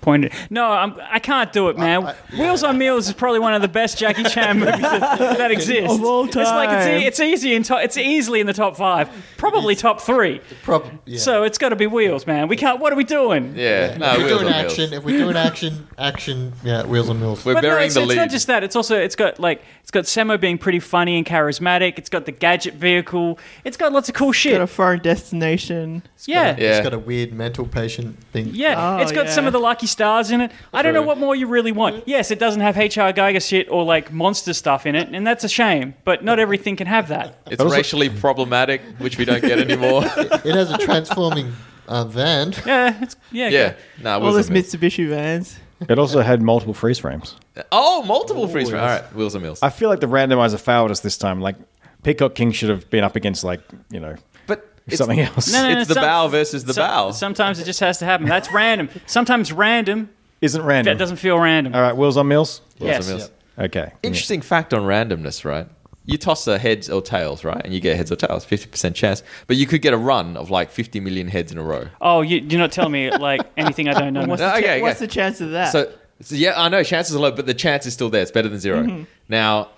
point it. No, I'm, I can't do it, man. I- Wheels on Meals is probably one of the best Jackie Chan movies that, that exists. Of all It's like it's, time. e- it's easy in top, it's easily in the top five, probably top three. Prob- yeah. So it's got to be Wheels, man. We can't. What are we doing? Yeah. No, if we're Uh, Wheels doing on Mills. action, if we're doing action, action, yeah, wheels on mills. We're But no, burying it's, the it's lead. not just that. It's also it's got like it's got Samo being pretty funny and charismatic. It's got the gadget vehicle. It's got lots of cool shit. Got a foreign destination. yeah. Yeah. It's got a weird mental patient thing. Yeah, Oh, it's got yeah. some of the lucky stars in it. I don't know what more you really want. Yes, it doesn't have HR Geiger shit or like monster stuff in it, and that's a shame. But not everything can have that. It's racially problematic, which we don't get anymore. It has a transforming uh, van. Yeah, it's, yeah, yeah. Nah, All Wheels those on Mills. Mitsubishi vans. It also had multiple freeze frames. Oh, multiple freeze frames. All right. Wheels on Mills. I feel like the randomizer failed us this time. Like, Peacock King should have been up against, like, you know, But it's, something else. No, no, no, It's the some- bow versus the some- bow. Sometimes it just has to happen. That's random. Sometimes random Isn't random. that doesn't feel random. All right, wheels on mills. Wheels on yes. Mills. Okay. Interesting fact on randomness, right? You toss a heads or tails, right? And you get heads or tails, 50% chance. But you could get a run of like 50 million heads in a row. Oh, you, you're not telling me like anything I don't know. What's, man. No, the, okay, cha- what's okay. the chance of that? So, so yeah, I know chances are low, but the chance is still there. It's better than 0 Now,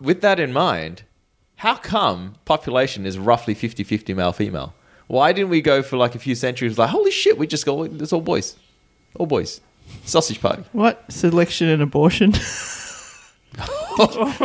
with that in mind, how come population is roughly 50 50 male female? Why didn't we go for like a few centuries? Like, holy shit, we just go, it's all boys. All boys. Sausage party. what selection and abortion?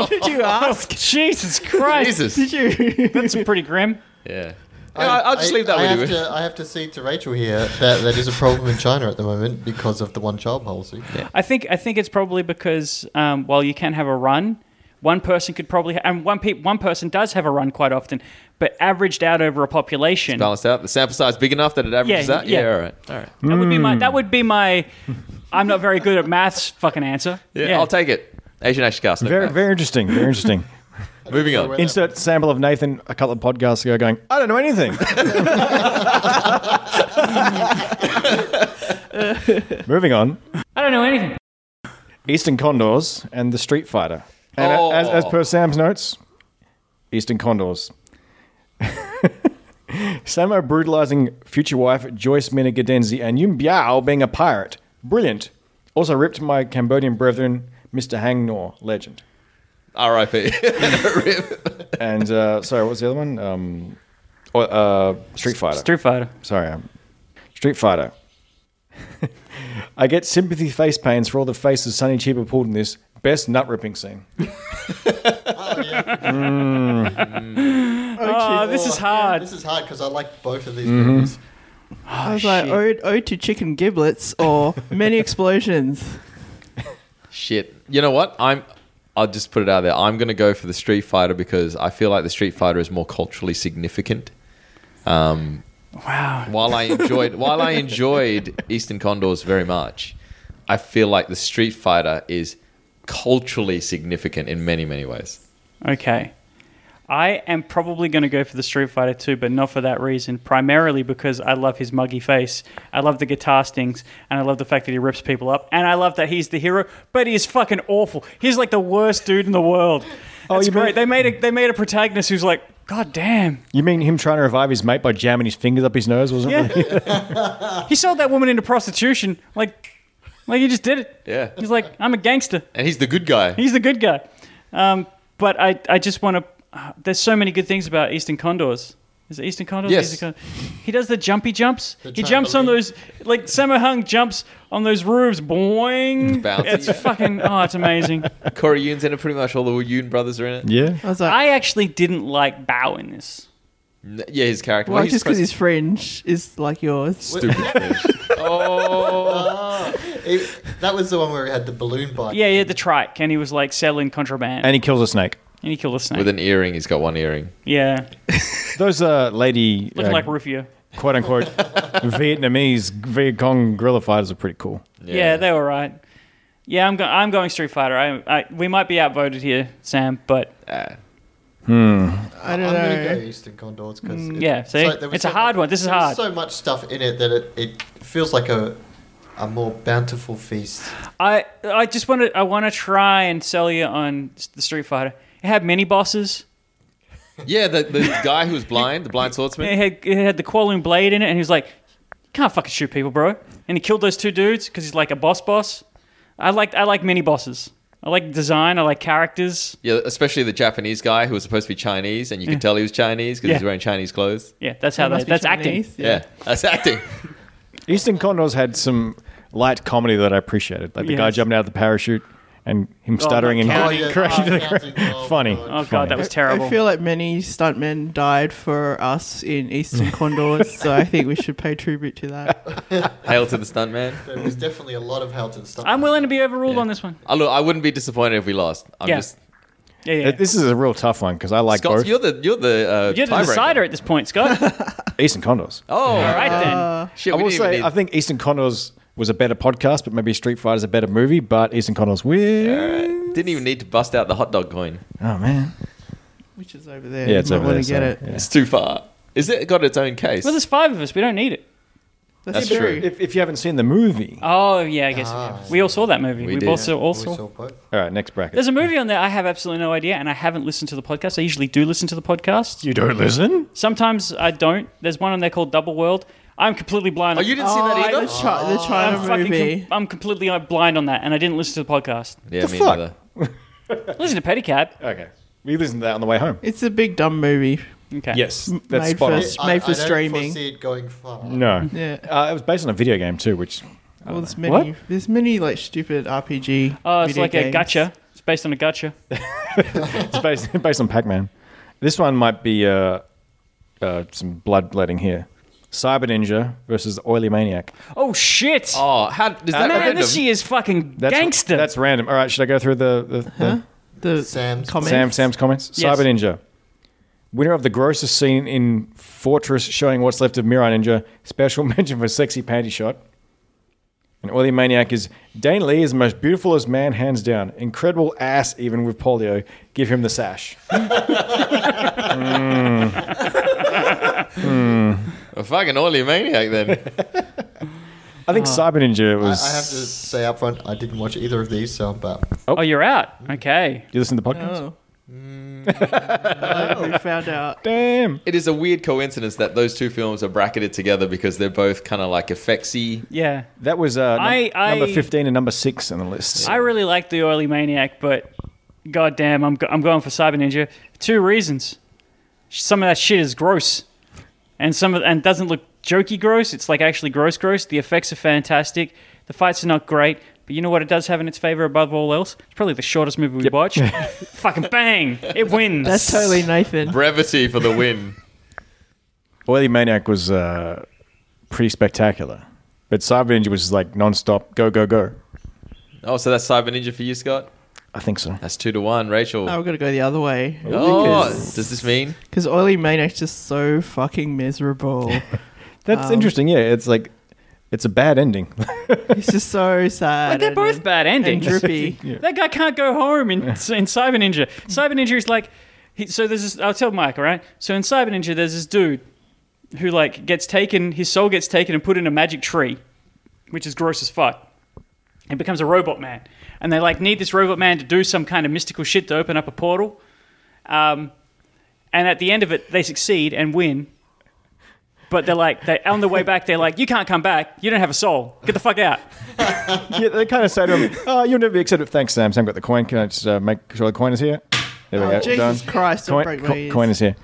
Did you ask? Jesus Christ. Jesus. Did you? That's pretty grim. Yeah. I, will just I- leave that I with have you. To, I have to say to Rachel here that that is a problem in China at the moment because of the one-child policy. I think I think it's probably because um, while you can have a run, one person could probably ha- and one pe- one person does have a run quite often, but averaged out over a population, that Balanced out. The sample size big enough that it averages Yeah, out. Yeah. yeah. All right. All right. would be my that would be my I'm not very good at maths fucking answer. Yeah, I'll take it. Asian Ash cast. no Very, crap. very interesting. Very interesting. Moving on. Insert sample of Nathan a couple of podcasts ago going, I don't know anything. Moving on. I don't know anything. Eastern Condors and the Street Fighter. And Oh. as, as per Sam's notes, Eastern Condors. Samo brutalizing future wife Joyce Mina Gadenzi and Yun Biao being a pirate. Brilliant. Also ripped my Cambodian brethren, Mr. Hangnor, legend. R.I.P. And uh, sorry, what was the other one? Um, oh, uh, Street Fighter. Street Fighter. Sorry, um, Street Fighter. I get sympathy face pains for all the faces Sonny Chiba pulled in this best nut ripping scene. Oh, this is hard. This is hard because I like both of these movies. I ah, was like, ode, ode to chicken giblets or many explosions. Shit. You know what? I'm. I'll just put it out there. I'm going to go for the Street Fighter because I feel like the Street Fighter is more culturally significant. Wow. While I enjoyed, while I enjoyed Eastern Condors very much, I feel like the Street Fighter is culturally significant in many, many ways. Okay. I am probably going to go for the Street Fighter 2, but not for that reason. Primarily because I love his muggy face. I love the guitar stings, and I love the fact that he rips people up, and I love that he's the hero. But he's fucking awful. He's like the worst dude in the world. That's Oh, you mean- great. They made a they made a protagonist who's like, God damn. You mean him trying to revive his mate by jamming his fingers up his nose, wasn't it? Yeah. he sold that woman into prostitution. Like, like he just did it. Yeah. He's like, I'm a gangster. And he's the good guy. He's the good guy. Um, but I, I just want to. There's so many good things about Eastern Condors. Is it Eastern Condors? Yes. Eastern Condors. He does the jumpy jumps. he jumps on trampoline. those, like Sammo Hung jumps on those roofs. Boing. Bouncy. It's fucking, oh, it's amazing. Corey Yoon's in it. Pretty much all the Yoon brothers are in it. Yeah. I was like, I actually didn't like Bow in this. N- Yeah, his character. well, he's just because pres- his fringe is like yours. stupid. It- that was the one where we had the balloon bike. Yeah, yeah, the trike. And he was like selling contraband. And, And he kills a snake. he killed a snake. With an earring, he's got one earring. yeah. Those uh, lady, Looking uh, like Rufio. quote unquote, Vietnamese Viet Cong guerrilla fighters are pretty cool. Yeah, they were right. Yeah, I'm, go- I'm going Street Fighter. I, I, we might be outvoted here, Sam, but Ah. I I'm don't gonna know. go Eastern Condors because Mm, yeah, see? It's a hard one. This is hard. So much stuff in it that it, it feels like a a more bountiful feast. I I just want to I want to try and sell you on s- the Street Fighter. It had many bosses. Yeah, the, the guy who was blind, the blind swordsman. It had it had the Kualun blade in it, and he was like, "You "Can't fucking shoot people, bro." And he killed those two dudes because he's like a boss boss. I like I like mini bosses. I like design. I like characters. Yeah, especially the Japanese guy who was supposed to be Chinese, and you could tell he was Chinese because he was Mm. Yeah. wearing Chinese clothes. Yeah, that's how they, Must be that's Chinese, acting. Yeah, that's acting. Eastern Condors had some light comedy that I appreciated, like the guy Yes. jumping out of the parachute and him stuttering and counting. Oh, yeah. crashing to the Oh, ground. counting. Oh, funny. God. Oh Funny. god, that was I terrible. feel like many stuntmen died for us in Eastern Condors, so I think we should pay tribute to that. Hail to the stuntman. There was definitely a lot of Helton stuff. I'm willing to be overruled Yeah. on this one. I Uh, look, I wouldn't be disappointed if we lost. I'm Yeah. just Yeah, yeah. This is a real tough one because I like Scott. both You're the you're the uh, You're the tiebreaker. decider at this point, Scott. Eastern Condors. Oh, all All right. right then. Uh, Shit, I we will didn't even say need- I think Eastern Condors was a better podcast, but maybe Street Fighter's a better movie. But Eastern Condors win. didn't even need to bust out the hot dog coin. Oh man, Which is over there. yeah, it's you over might there. want to get it. so, yeah. It's too far. Is it got its own case? well, there's five of us. We don't need it. That's, That's true. true. If, if you haven't seen the movie, Oh yeah, I guess Ah. we all saw that movie. We We, did. both saw, all We saw- saw both. all right, next bracket. There's a movie on there I have absolutely no idea, and I haven't listened to the podcast. I usually do listen to the podcast. you don't listen. Sometimes I don't. There's one on there called Double World. I'm completely blind. oh, you didn't see Oh, that the, either. chi- the China I'm fucking. movie. com- I'm completely uh, blind on that, and I didn't listen to the podcast. Yeah, me fuck? neither. Listen to Pedicab. Okay, we listened to that on the way home. it's a big dumb movie. Oh, Okay. Yes, that's made spot on. for- It's I- made I for don't streaming. foresee it going far. No, Yeah. uh, it was based on a video game too, which Well, there's many. What? There's many like stupid RPG. Oh, it's video like a games. gotcha. It's based on a gotcha. It's based, based on Pac Man. This one might be uh, uh, some bloodletting here. Cyber Ninja versus Oily Maniac. Oh shit! Oh, how is that Man, random? this year is fucking gangster. That's random. All right, should I go through the, the, the The Sam's- comments. Sam Sam's comments? Yes. Cyber Ninja. Winner of the grossest scene in Fortress showing what's left of Mirai Ninja. Special mention for sexy panty shot. And Oily Maniac is Dane Lee is the most beautiful as man, hands down. Incredible ass, even with polio. Give him the sash. A fucking oily maniac then. I Oh. think Cyber Ninja I, was. I have to say up front, I didn't watch either of these, so I'm but oh, you're out. Okay. Do you listen to the podcast? Oh. we found out. Damn. it is a weird coincidence that those two films are bracketed together because they're both kind of like effectsy. Yeah. That was uh, num- I- I- number 15 and number 6 on the list. I really like the oily maniac, but goddamn, I'm go- I'm going for Cyber Ninja. Two reasons: some of that shit is gross, and some of and doesn't look jokey gross. It's like actually gross, gross. The effects are fantastic. The fights are not great, but you know what? It does have in its favor above all else. It's probably the shortest movie we watch. Fucking bang! It wins. That's totally Nathan. Brevity for the win. Oily Maniac was uh, pretty spectacular. But Cyber Ninja was like non-stop, go, go, go. Oh, so that's Cyber Ninja for you, Scott? I think so. That's two to one, Rachel. Now Oh, we're gonna go the other way does this mean? because Oily Maniac's just so fucking miserable. Um, That's interesting, yeah. It's like, it's a bad ending. He's just so sad. But they're and- both bad endings. And drippy. That guy can't go home in, in Cyber Ninja. Cyber Ninja is like, he, so there's this, I'll tell Mike, all right? So in Cyber Ninja, there's this dude who like gets taken, his soul gets taken and put in a magic tree, which is gross as fuck. And becomes a robot man. And they like need this robot man to do some kind of mystical shit to open up a portal. Um, and at the end of it, they succeed and win. But they're like, they on the way back, they're like, you can't come back. You don't have a soul. Get the fuck out. yeah, they kind of say to him, oh, you'll never be accepted. Thanks, Sam. Sam got the coin. Can I just uh, make sure the coin is here? There we Oh, go. Jesus Christ, don't Coin, break my co- ears. coin is here.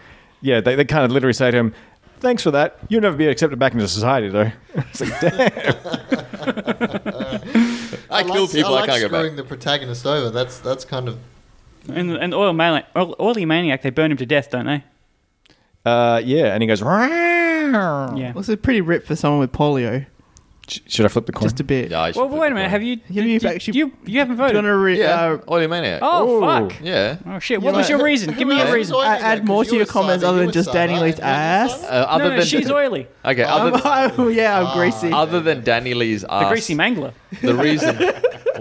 Yeah, they, they kind of literally say to him, thanks for that. You'll never be accepted back into society, though. it's like, damn. I, kill like- people, I, like can't go back. screwing the protagonist over. That's that's kind of And, and oil maniac, oil, oily maniac, they burn him to death, don't they? Uh, yeah, and he goes, "Rawr." Yeah. Was it pretty ripped for someone with polio? Sh- should I flip the coin? Just a bit. Yeah, I should Well, flip wait the a minute. coin. Have you? Have you actually- You, you haven't Do you voted. want to re- Yeah. uh, Oily Maniac. oh fuck! Yeah. Oh shit! What Yeah, was like- your reason? Give me Who your else reason. is oily Add- then? add 'Cause more to you your were comments Simon, other you than were just Simon, Danny Lee's and you were ass. Simon. Uh, other No, no, than she's oily. Okay, I'm, other, I'm, yeah, I'm greasy. other than Danny Lee's The ass, greasy mangler. the reason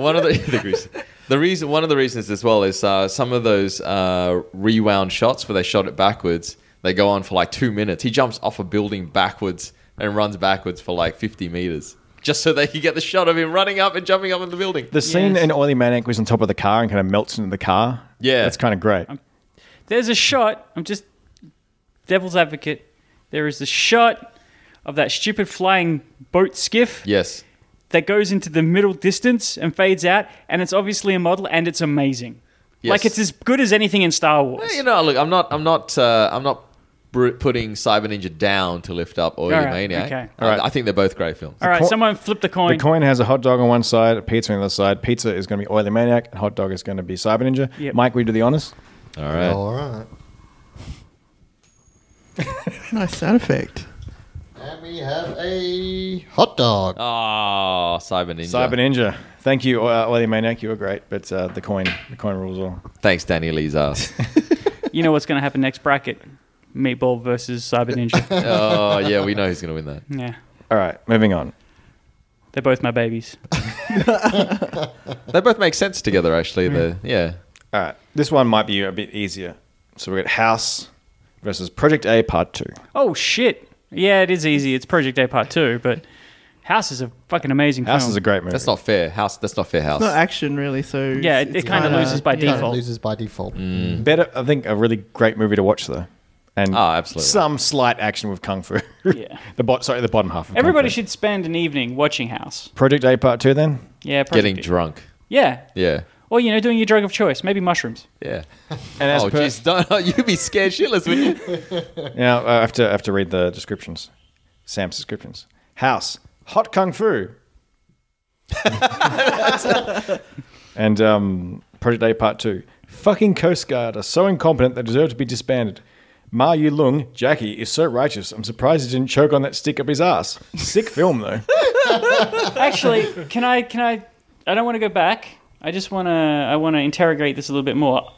one of the, the greasy, the reason one of the reasons as well is uh, some of those uh, rewound shots where they shot it backwards. They go on for like two minutes. He jumps off a building backwards and runs backwards for like fifty meters, just so they can get the shot of him running up and jumping up in the building. The scene Yes. in Oily Maniac was on top of the car and kind of melts into the car. Yeah. That's kind of great. There's a shot. I'm just devil's advocate. There is a shot of that stupid flying boat skiff Yes, that goes into the middle distance and fades out, and it's obviously a model, and it's amazing. Yes. Like it's as good as anything in Star Wars. Well, you know, look, I'm not, I'm not, uh, I'm not br- putting Cyber Ninja down to lift up Oily All right, Maniac. okay. I- All right. I think they're both great films. All right, co- someone flip the The coin. coin has a hot dog on one side, a pizza on the other side. Pizza is going to be Oily Maniac, and hot dog is going to be Cyber Ninja. Yep. Mike, we do the honors. All right. all right. nice sound effect. And we have a hot dog. Ah, Cyber Ninja. Cyber Ninja. Thank you, uh, Oily Maniac. You were great, but uh, the coin, the coin rules all. Thanks, Danny Lee's ass. You know what's going to happen next bracket? Meatball versus Cyber Ninja. oh yeah, we know who's gonna win that. yeah. All right, moving on. They're both my babies. They both make sense together, actually. Mm. The yeah, All right, this one might be a bit easier. So we got House versus Project A Part Two. Oh shit! Yeah, it is easy. It's Project A Part Two, but House is a fucking amazing House film. is a great movie. that's not fair. House, that's not fair. House. Not action, really. So Yeah, it- it kinda loses by yeah. default. loses by default. better. I think a really great movie to watch though, and Oh, absolutely. some slight action with kung fu. Yeah. the bot. Sorry, the bottom half. Of Everybody kung fu. should spend an evening watching House. Project A Part Two then. Yeah, Project Getting A- drunk. Yeah, Yeah, or you know, doing your drug of choice, maybe mushrooms. yeah. And as oh, per- jeez, don't you be scared shitless, wouldn't you? Now uh, I have to I have to read the descriptions. Sam's descriptions. House hot kung fu. and um, Project A Part 2. Fucking Coast Guard are so incompetent they deserve to be disbanded. Ma Yu Lung, Jackie, is so righteous. I'm surprised he didn't choke on that stick up his ass. Sick film, though. Actually, can I? Can I? I don't want to go back. I just want to. I want to interrogate this a little bit more.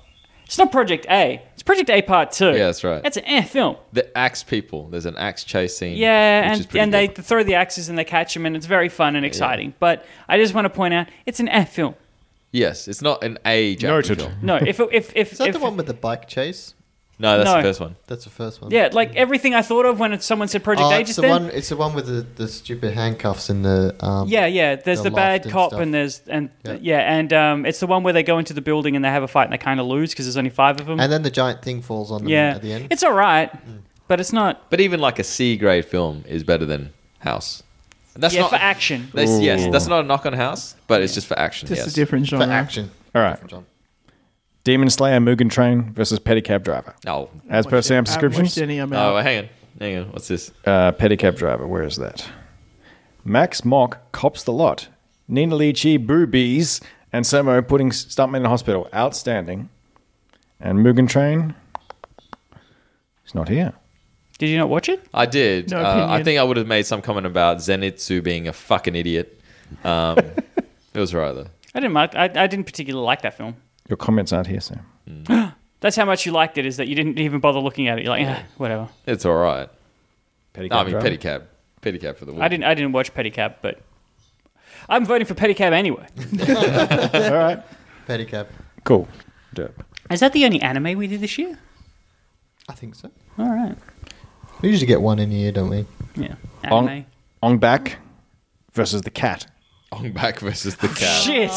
It's not Project A. It's Project A Part Two. Yeah, that's right. That's an eh film. The axe people. There's an axe chase scene. Yeah, which is and, pretty and they good. throw the axes and they catch them, and it's very fun and exciting. But I just want to point out, it's an eh film. Yes, it's not an A Jackie Noted. film. No, if if if Is that if, the one with the bike chase? No, that's No. the first one. That's the first one. yeah, like everything I thought of when it, someone said Project Oh, A it's just the then. one. It's the one with the, the stupid handcuffs and the um, Yeah, yeah. There's the, the loft bad and cop, stuff. and there's and yeah, Yeah. and um, it's the one where they go into the building and they have a fight and they kind of lose because there's only five of them. And then the giant thing falls on them yeah, at the end. Hmm. it's all right, but it's not. But even like a C grade film is better than House. And That's yeah, not for action. That's, yes, Ooh. that's not a knock on House, but it's just for action. Just yes. a different for genre. action. All right. John. Demon Slayer Mugen Train versus Pedicab Driver. No, As per Watched it. Sam's I haven't descriptions, watched any, I'm Oh, out. hang on. Hang on. What's this? uh, pedicab driver. Where is that? Max Mock cops the lot. Nina Leachy boobies and Samo putting stuntman in hospital. Outstanding. And Mugen Train. He's not here. Did you not watch it? I did. No uh, I opinion. think I would have made some comment about Zenitsu being a fucking idiot. Um, it was right, though. I didn't. Mark, I, I didn't particularly like that film. Your comments aren't here, Sam. That's how much you liked it. Is that you didn't even bother looking at it? You're like, "Eh, whatever. It's all right. Pedicab No, I mean, pedicab. Pedicab for the win. I didn't. I didn't watch Pedicab, but I'm voting for Pedicab anyway. All right. Pedicab. Cool. Derp. Is that the only anime we did this year? I think so. All right. We usually get one in a year, don't we? Yeah. Anime. Ong, Ong Bak versus the cat. Ong Bak versus the cat. Shit.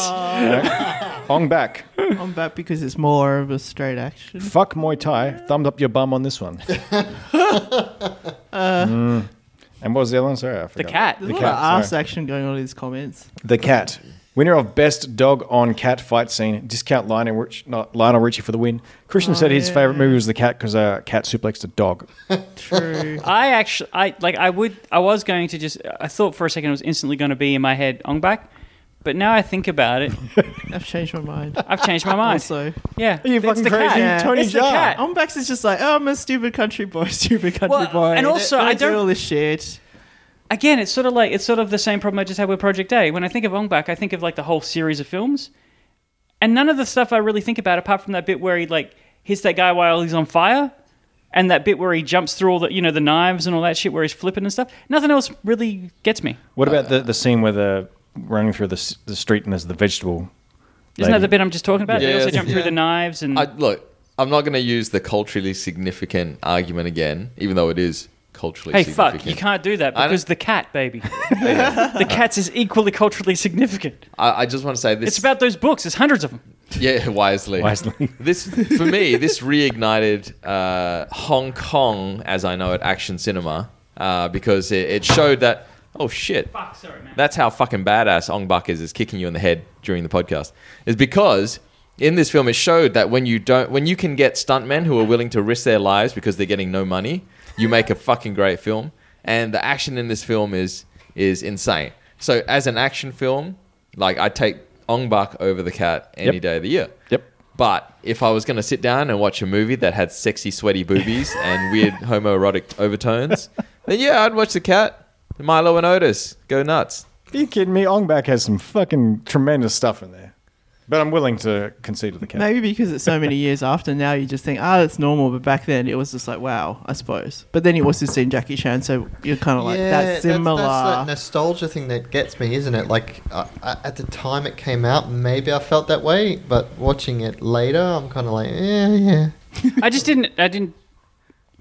Ong Bak. I'm back because it's more of a straight action. Fuck Muay Thai. Thumbs up your bum on this one. Mm. And what was the other one? Sorry, I the forgot. cat. There's a lot cat, of ass sorry. action going on in these comments. The Cat. Winner of Best Dog on Cat Fight Scene. Discount Lionel, Rich, not Lionel Richie for the win. Oh, Christian said his favorite movie was The Cat because uh, cat suplexed a dog. True. I actually, I like, I would, I was going to just, I thought for a second it was instantly going to be in my head Ong Bak, but now I think about it, I've changed my mind. I've changed my mind. Also, yeah, Are you it's fucking the crazy? Cat. Tony it's the Jaa. cat. I'm back is just like, oh, I'm a stupid country boy, stupid country Well, boy. and also Don't I don't- do all this shit. Again, it's sort of like it's sort of the same problem I just had with Project A. When I think of Ong Bak, I think of like the whole series of films, and none of the stuff I really think about, apart from that bit where he like hits that guy while he's on fire, and that bit where he jumps through all the you know the knives and all that shit where he's flipping and stuff. Nothing else really gets me. What about the, the scene where they're running through the, s- the street and there's the vegetable? Isn't that lady? the bit I'm just talking about? Yeah, they also yeah, jump through yeah. the knives and I, look, I'm not going to use the culturally significant argument again, even though it is culturally Hey, significant. fuck, you can't do that I don't- because the cat, baby. the cats is equally culturally significant. I, I just want to say this. It's about those books, there's hundreds of them. Yeah, wisely. Wisely. This for me, this reignited uh, Hong Kong as I know it, action cinema, uh, because it, it showed that. Oh shit! Fuck, sorry, man. That's how fucking badass Ong Bak is. Is kicking you in the head during the podcast. Is because in this film it showed that when you don't, when you can get stuntmen who are willing to risk their lives because they're getting no money, you make a fucking great film. And the action in this film is is insane. So as an action film, like I take Ong Bak over the cat any Yep. day of the year. Yep. But if I was going to sit down and watch a movie that had sexy, sweaty boobies and weird homoerotic overtones, then yeah, I'd watch The Cat, Milo and Otis. Go nuts. Are you kidding me? Ong Bak has some fucking tremendous stuff in there. But I'm willing to concede to the cat. Maybe because it's so many years after now, you just think, ah, it's normal. But back then, it was just like, wow, I suppose. But then you also seen Jackie Chan, so you're kind of like, that's similar. that nostalgia thing that gets me, isn't it? Like I I at the time it came out, maybe I felt that way, but watching it later, I'm kind of like, yeah, yeah. I just didn't, I didn't,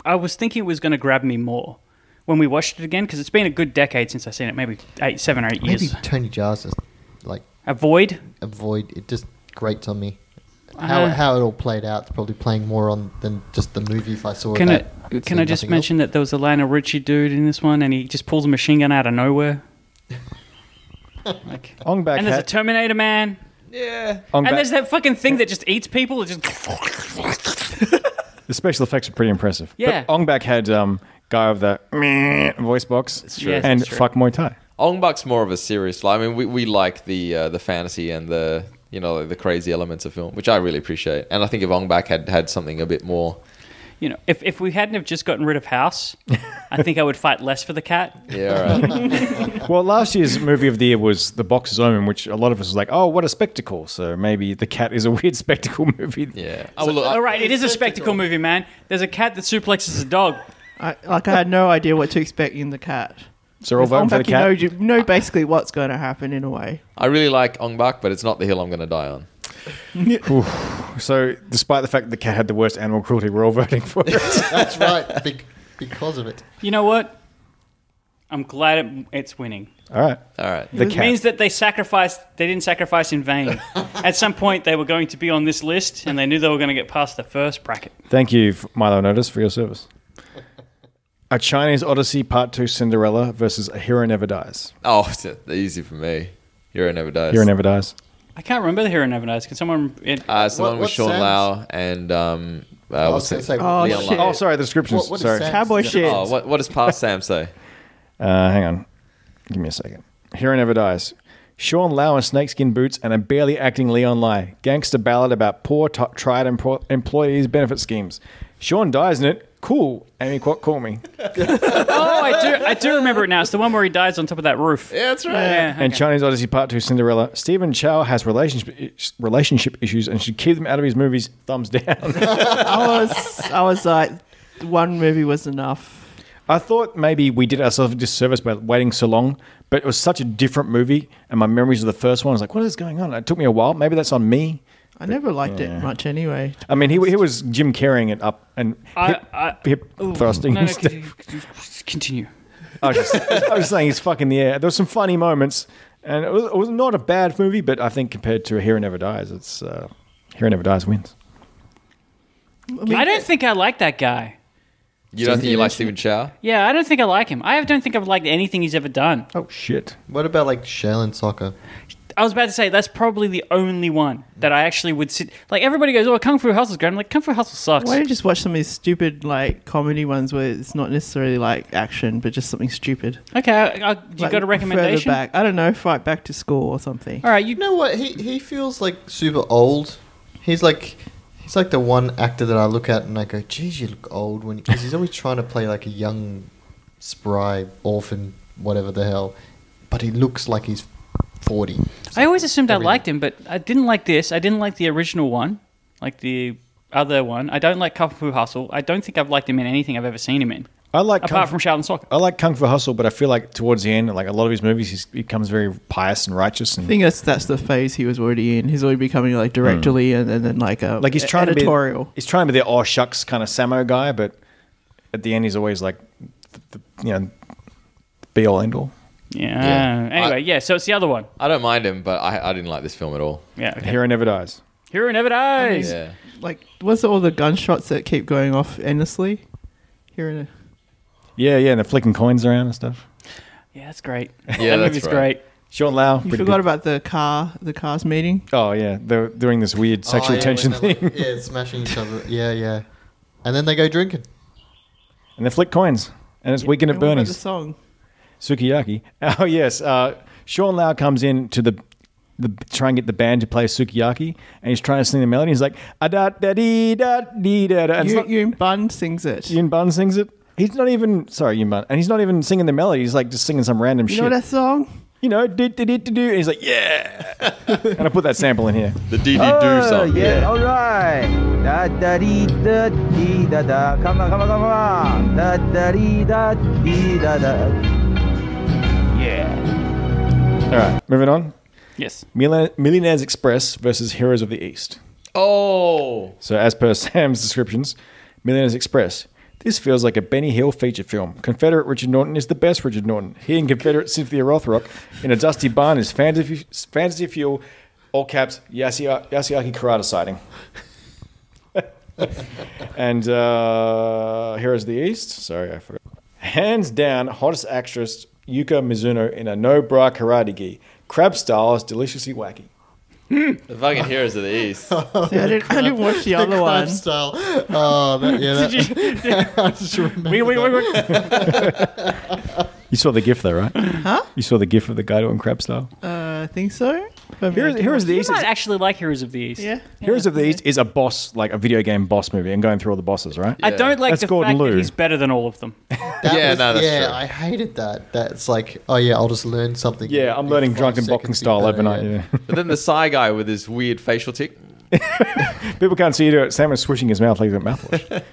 I was thinking it was going to grab me more when we watched it again because it's been a good decade since I've seen it, maybe eight, seven or eight Maybe years. Tony Jaa's just like Avoid. avoid it. Just grates on me. How, Uh, how it all played out, it's probably playing more on than just the movie. If I saw Can I, that, can see I just nothing else. mention that there was a Lionel Richie dude in this one and he just pulls a machine gun out of nowhere? like, Ong Bak and there's a had- Terminator man. Ong And Bak- there's that fucking thing that just eats people. It just The special effects are pretty impressive. Yeah. But Ong Bak had um, guy of the meh voice box true. Yes, and it's true. fuck Muay Thai. Ong Bak's more of a serious. I mean, we, we like the uh, the fantasy and the you know the crazy elements of film, which I really appreciate. And I think if Ong Bak had had something a bit more, You know, if, if we hadn't have just gotten rid of House, I think I would fight less for the cat. yeah, all right. Well, last year's movie of the year was The Boxer's Omen, which a lot of us was like, oh, what a spectacle. So maybe The Cat is a weird spectacle movie. yeah. Oh, well, look, I- All right, it is a spectacle movie, man. There's a cat that suplexes a dog. I, like I had no idea what to expect in the cat. So we're all With Ong voting for Bak, The you know, Cat. you know basically what's going to happen in a way. I really like Ong Bak, but it's not the hill I'm going to die on. So despite the fact that The Cat had the worst animal cruelty, we're all voting for it. That's right. Big, because of it. You know what? I'm glad it, it's winning. all right. All right. The It Cat. means that they sacrificed. They didn't sacrifice in vain. At some point, they were going to be on this list, and they knew they were going to get past the first bracket. Thank you, Milo Notice, for your service. A Chinese Odyssey Part 2 Cinderella versus A Hero Never Dies. Oh, it's easy for me. Hero never dies. Hero Never Dies. I can't remember the hero never dies. Can someone? It, Uh, it's the What- one with what's Sean Sam's? Lau and um, uh, I what's was going it? to say, Oh, Leon shit. Lang. Oh, sorry, the descriptions. What- what is sorry. Sam's? Cowboy shit. Oh, what, what does past Sam say? Uh, hang on. Give me a second. Hero Never Dies. Sean Lau in snakeskin boots and a barely acting Leon Lai. Gangster ballad about poor t- tried empo- employees' benefit schemes. Sean dies in it. Cool. Amy Kwok, call me. oh, I do. I do remember it now. It's the one where he dies on top of that roof. Yeah, that's right. And Chinese Odyssey Part 2 Cinderella. Stephen Chow has relationship, is- relationship issues and should keep them out of his movies. Thumbs down. I was, I was like, one movie was enough. I thought maybe we did ourselves a disservice by waiting so long, but it was such a different movie. And my memories of the first one was like, what is going on? It took me a while. Maybe that's on me. I never liked it much anyway. I mean, he, he was Jim carrying it up and I- hip, I- hip thrusting. No, no, and stuff. c- continue. I, was just, I was saying he's fucking the air. There were some funny moments, and it was, it was not a bad movie, but I think compared to Hero Never Dies, it's uh, Hero Never Dies wins. I don't think I like that guy. You don't think you like Stephen Chow? Yeah, I don't think I like him. I don't think I've liked anything he's ever done. Oh shit! What about like Shell and Soccer? I was about to say that's probably the only one that I actually would sit. Like everybody goes, "Oh, Kung Fu Hustle's great." I'm like, "Kung Fu Hustle sucks." Why don't you just watch some of these stupid like comedy ones where it's not necessarily like action, but just something stupid? Okay, I, I, you Like, got a further recommendation? Back. I don't know. Fight back to school or something. All right, you You know what? He he feels like super old. He's like he's like the one actor that I look at and I go, "Geez, you look old." When because he's always trying to play like a young, spry orphan, whatever the hell, but he looks like he's forty. I always assumed I everything. liked him, but I didn't like this. I didn't like the original one, like the other one. I don't like Kung Fu Hustle. I don't think I've liked him in anything I've ever seen him in, I like apart from Kung- Shaolin Soccer. I like Kung Fu Hustle, but I feel like towards the end, like a lot of his movies, he's, he becomes very pious and righteous. And I think that's that's the phase he was already in. He's already becoming like directly and, and then like a Hmm. like he's trying editorial. to be, he's trying to be the oh shucks kind of Samo guy, but at the end, he's always like, the, the, you know, be all end all. Yeah. Yeah. Anyway, I- yeah. So it's the other one. I don't mind him, but I, I didn't like this film at all. Yeah. Okay. Hero never dies. Hero never dies. Yeah. like what's all the gunshots that keep going off endlessly? Here in a, Yeah, yeah, and they're flicking coins around and stuff. Yeah, that's great. Yeah, that that's movie's right. great. Sean Lau. you pretty forgot big- about the car, the cars meeting. Oh yeah, they're doing this weird Oh, sexual Oh, yeah, tension when they're, thing, like, yeah, smashing each other. Yeah, yeah. And then they go drinking. and they flick coins, and it's weekend at And what about The Bernie's. song. Sukiyaki. Oh yes, uh, Sean Lau comes in to the. The, try and get the band to play Sukiyaki, and he's trying to sing the melody. He's like, "Ah, da da dee da dee da da. and it's Yoon, not- Yoon Bun sings it. Yun Bun sings it. He's not even sorry, Yun Bun, and he's not even singing the melody. He's like just singing some random you shit. know that song? you know, do do do do do. And he's like, yeah. and I put that sample in here. The DD Oh, Do song. Yeah, all right. Da da dee da dee da da. Come on, come on, come on. Da da dee da dee da da. All right, moving on. Yes. Milan- Millionaires Express versus Heroes of the East. Oh. So, as per Sam's descriptions, Millionaires Express. This feels like a Benny Hill feature film. Confederate Richard Norton is the best Richard Norton. He and Confederate Cynthia Rothrock in a dusty barn is fantasy, fantasy fuel, all caps, Yasi- Yasiaki Karate sighting. and uh, Heroes of the East. Sorry, I forgot. Hands down, hottest actress Yuka Mizuno in a no bra karate gi. Crab style is deliciously wacky. The fucking Heroes of the East. See, I, didn't, I didn't watch the other one. Style. Oh, that, yeah. That, I just remember. Wait, wait, wait, wait. Oh, You saw the gif though, right? Huh? You saw the gif of the guy doing crab style. Uh, I think so. Heroes, Heroes of the You East. might Is, actually like Heroes of the East. Yeah. Heroes of the East is a boss, like a video game boss movie, and going through all the bosses, right? I don't like That's the Gordon fact that Liu. he's better than all of them. That Yeah, was- no, that's yeah, true. I hated that. That's like, oh yeah, I'll just learn something. Yeah, I'm in learning five drunken seconds, boxing be style better, overnight. Yeah. But then the Psy guy with his weird facial tick. People can't see you do it. Sam is swishing his mouth like he's got mouthwash.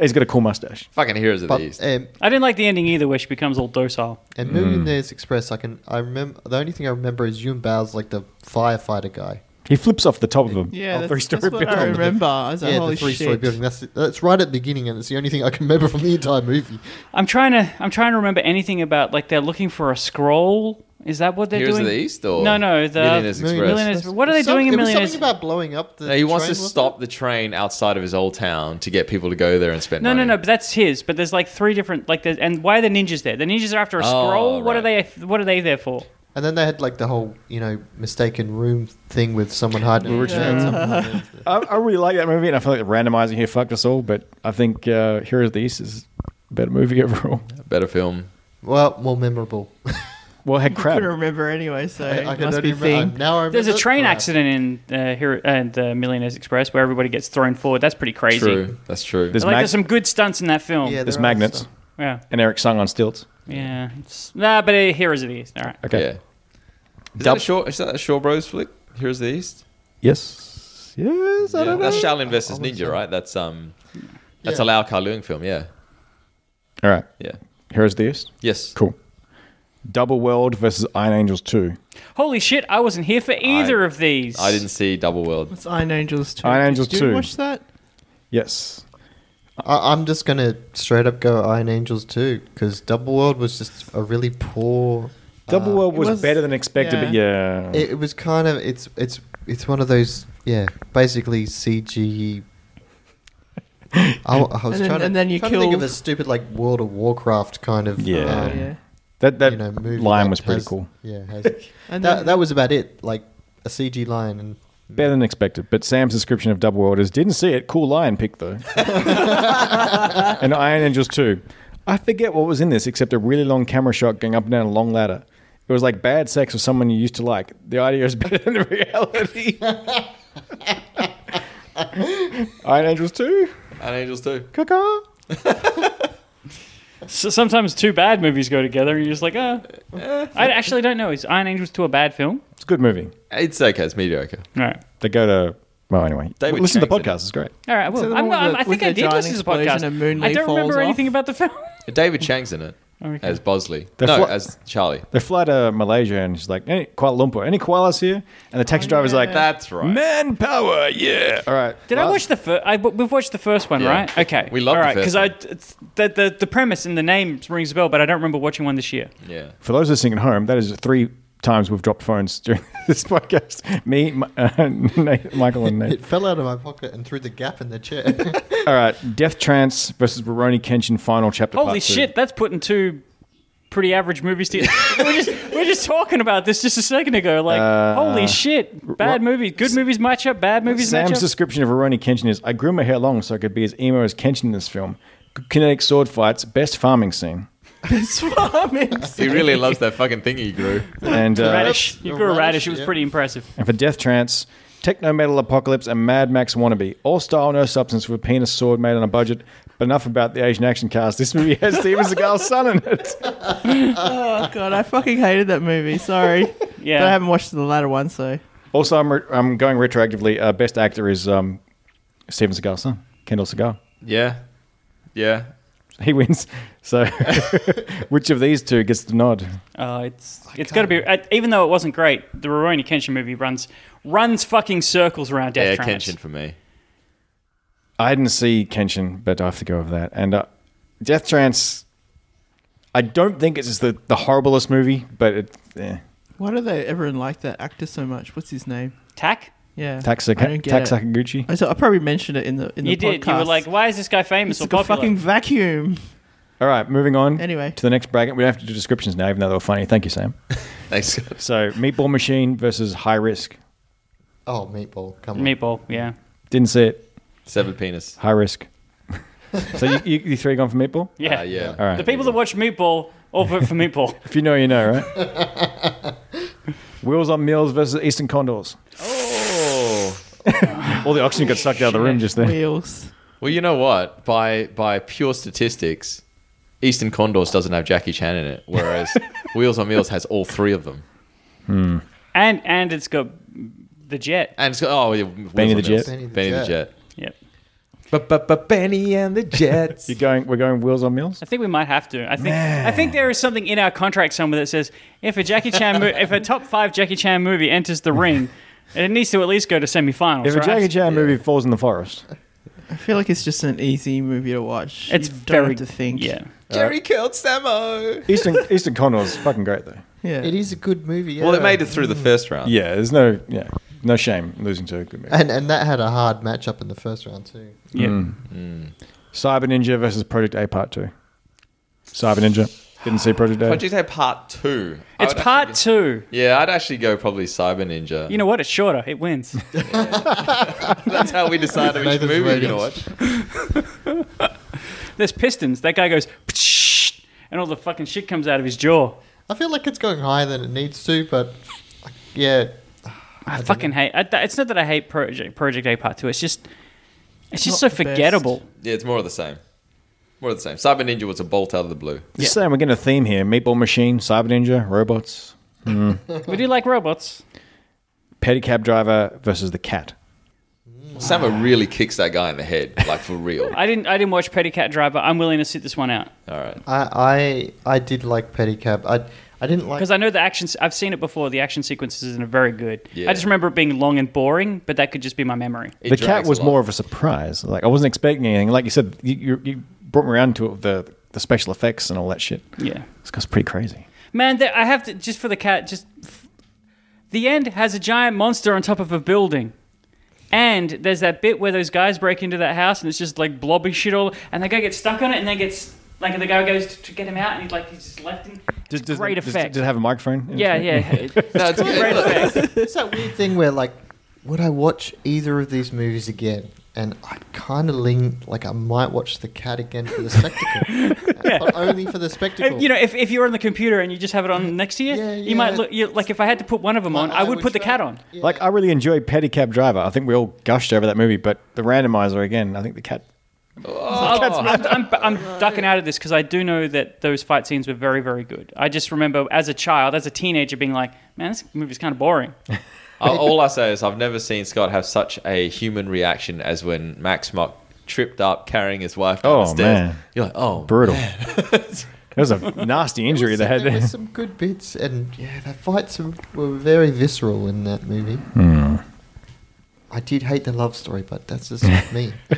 he's got a cool mustache. Fucking Heroes of But the East. um, I didn't like the ending either, where she becomes all docile. and Mm. Millionaire's Express, I can I remember the only thing I remember is Yun Bao's like the firefighter guy. He flips off the top of a, Yeah, a that's, three-story that's what building. I remember. I Oh, was like, yeah, holy the three-story shit. building. That's that's right at the beginning, and it's the only thing I can remember from the entire movie. I'm trying to. I'm trying to remember anything about like they're looking for a scroll. Is that what they're Heroes doing? of the East or no, no, the Millionaires Express. Millionaires- What are they Some- doing in it was Millionaires? Something about blowing up the. No, he wants train, to wasn't stop the train outside of his old town to get people to go there and spend No, no, money. no. But that's his. But there's like three different like. There's, and why are the ninjas there? The ninjas are after a Oh, scroll. What are they? right. What are they there for? it? And then they had like the whole you know mistaken room thing with someone hiding. Richard. I, I really like that movie, and I feel like the randomizing here fucked us all. But I think uh, Heroes of the East is a better movie overall. Better film. Well, more memorable. Well, it had I couldn't crab. remember anyway, so I, it I can must only be a remember- thing. Now I remember There's a train crap. accident in uh, here and the Millionaires Express where everybody gets thrown forward. That's pretty crazy. True. That's true. There's Like mag- there's some good stunts in that film. Yeah, Yeah, There's there are magnets some. yeah. and Eric Sung on stilts. It's, nah, but uh, Heroes of the East. All right. Okay. Yeah. Is that, Dub- a Shaw, is that a Shaw Bros flick? Heroes of the East? Yes. Yes. I Yeah. don't know. That's Shaolin versus Ninja, right? That's um, that's a Yeah. Lau Kar Leung film. Yeah. All right. Yeah. Heroes of the East. Yes. Cool. Double World versus Iron Angels Two. Holy shit! I wasn't here for either I- of these. I didn't see Double World. It's Iron Angels 2. Iron Did- Angels did 2. you watch that? Yes. Uh, I, I'm just gonna straight up go Iron Angels too, because Double World was just a really poor. Double uh, World was, was- better than expected, but yeah. It, it was kind of it's it's it's one of those yeah basically CG. I, w- I was And then- trying, to, and then you trying to think of killed- a stupid like World of Warcraft kind of Yeah. um, Oh, Yeah. that that you know movie line that was pretty has- cool. yeah has, And that then- that was about it like a CG lion and Better than expected, but Sam's description of Double World is didn't see it. Cool lion pick though. and Iron Angels 2. I forget what was in this except a really long camera shot going up and down a long ladder. It was like bad sex with someone you used to like. The idea is better than the reality. Iron Angels 2. And Angels too. Caca. So sometimes two bad movies go together, and you're just like, oh. Eh. I actually don't know. Is Iron Angels 2 a bad film? It's a good movie. It's okay. It's mediocre. All right. They go to well anyway. David listen to the Chang's in podcast. It's great. All right. Well, So the I'm, one I'm, with- I think with I the did giant listen to the explosion podcast. and Moon I Lee don't remember falls anything off. about the film. David Chang's in it Okay. as Bosley. The no, fl- as Charlie. They fly to Malaysia and she's like, any Kuala Lumpur, any koalas here? And Oh, the taxi driver's like, That's right. manpower, yeah. All right. Did I Last- watch the first? We've watched the first one, Yeah. right? Okay. We love All the right, first I one. it's- the, the the premise and the name rings a bell, but I don't remember watching one this year. Yeah. For those listening at home, that is three times we've dropped phones during this podcast. Me, Mi- uh, Nate, Michael, and Nate. it fell out of my pocket and through the gap in the chair. All right. Death Trance versus Roroni Kenshin final chapter. Holy part two. shit! That's putting two pretty average movies together. we're just we're just talking about this just a second ago. Like, Uh, holy shit! Bad ro- movies, good movies match up. Bad movies match Sam's up. description of Roroni Kenshin is I grew my hair long so I could be as emo as Kenshin in this film. Kinetic sword fights, best farming scene. It's farming. He really loves that fucking thing he grew. And uh, radish. You grew a radish, radish. It was yeah. pretty impressive. and for Death Trance, Techno Metal Apocalypse and Mad Max Wannabe. All style, no substance, with a penis sword made on a budget. But enough about the Asian action cast. This movie has Steven Seagal's son in it. Oh, God. I fucking hated that movie. Sorry. Yeah. But I haven't watched the latter one, so. Also, I'm, re- I'm going retroactively. Uh, best actor is um, Steven Seagal's son, Kendall Seagal. Yeah. Yeah. He wins. So, which of these two gets the nod? Uh, it's it's got to be. Uh, even though it wasn't great, the Rurouni Kenshin movie runs runs fucking circles around Death yeah, Trance. Kenshin for me. I didn't see Kenshin, but I have to go with that. And uh, Death Trance, I don't think it's the, the horriblest movie, but it, eh. Why do they everyone like that actor so much? What's his name? Tack. Yeah. Taxi, I don't get Tax it. Sakaguchi. I, so I probably mentioned it in the in You the podcast. did. You were like, "Why is this guy famous it's or like a popular?" fucking vacuum. All right, moving on. Anyway. to the next bracket. We don't have to do descriptions now, even though they were funny. Thank you, Sam. Thanks. So, Meatball Machine versus High Risk. oh, meatball! Come on. Meatball. Yeah. Didn't see it. Severed penis. High risk. so you, you, you three gone for meatball? Yeah. Uh, yeah. All right. The people that watch Meatball all vote for Meatball. If you know, you know, right? Wheels on Meals versus Eastern Condors. Oh. All the oxygen got sucked out of the room just then. Wheels. Well, you know what? By by pure statistics, Eastern Condors doesn't have Jackie Chan in it, whereas Wheels on Meals has all three of them. and and it's got the jet. And it's got oh, yeah, Benny the Jet. Benny the Jet. Yep. But Benny and the Jets. You're going. We're going Wheels on Meals. I think we might have to. I think I think there is something in our contract somewhere that says if a Jackie Chan mo- if a top five Jackie Chan movie enters the ring, it needs to at least go to semifinals. If a right? Jackie Chan movie falls in the forest, I feel like it's just an easy movie to watch. it's You don't very have to think. Yeah. Jerry killed Samo. Eastern Eastern Condors is fucking great though. yeah. It is a good movie. Yeah. Well, it made it through the first round. Yeah, there's no yeah no shame losing to a good movie. And and that had a hard matchup in the first round too. Yeah. Cyber Ninja versus Project A Part Two. Cyber Ninja didn't see Project A. Project A Part Two. I It's would part actually two. go- yeah, I'd actually go probably Cyber Ninja. You know what? It's shorter. It wins. that's how we decided which Nathan's movie we're gonna watch. ratings. There's pistons. That guy goes, "Psh," and all the fucking shit comes out of his jaw. I feel like it's going higher than it needs to, but yeah, I, fucking hate. I, it's not that I hate Project Project A Part Two. It's just, it's just so not the best. forgettable. Yeah, it's more of the same. More of the same. Cyber Ninja was a bolt out of the blue. Just saying, we're getting a theme here: Meatball Machine, Cyber Ninja, robots, We do like robots. pedicab driver versus the cat. Samo really kicks that guy in the head, like for real. I didn't. I didn't watch Petticat Driver. I'm willing to sit this one out All right. I I, I did like pedicab. I I didn't like because I know the action. se- I've seen it before. The action sequences are very good. Yeah. I just remember it being long and boring, but that could just be my memory. It the cat drags was a lot. more of a surprise. Like I wasn't expecting anything. Like you said, you, you, you brought me around to it with the the special effects and all that shit. Yeah, It's 'cause it's pretty crazy. man. There, I have to just for the cat. Just f- the end has a giant monster on top of a building. And there's that bit where those guys break into that house and it's just like blobby shit all, and the guy gets stuck on it and then gets like the guy goes to get him out and he's like he's just left. In, Just, great effect. Did it have a microphone? in it? yeah, yeah. No, it's good. Great effect. it's that weird thing where like, would I watch either of these movies again? And I kind of lean like I might watch the cat again for the spectacle, but only for the spectacle. You know, if, if you're on the computer and you just have it on next to you, Yeah, you yeah. might look you, like if I had to put one of them on, My I eye would would put the travel. cat on. Like I really enjoyed Pedicab Driver. I think we all gushed over that movie, but the randomizer again. I think the cat. I'm, I'm, I'm ducking out of this because I do know that those fight scenes were very, very good. I just remember as a child, as a teenager, being like, man, this movie's kind of boring. Uh, all I say is I've never seen Scott have such a human reaction as when Max Mock tripped up carrying his wife down Oh, the stairs. man. You're like, oh, Brutal. it was a nasty injury they had there there. were some good bits, and yeah, the fights were- were very visceral in that movie. I did hate the love story, but that's just me. You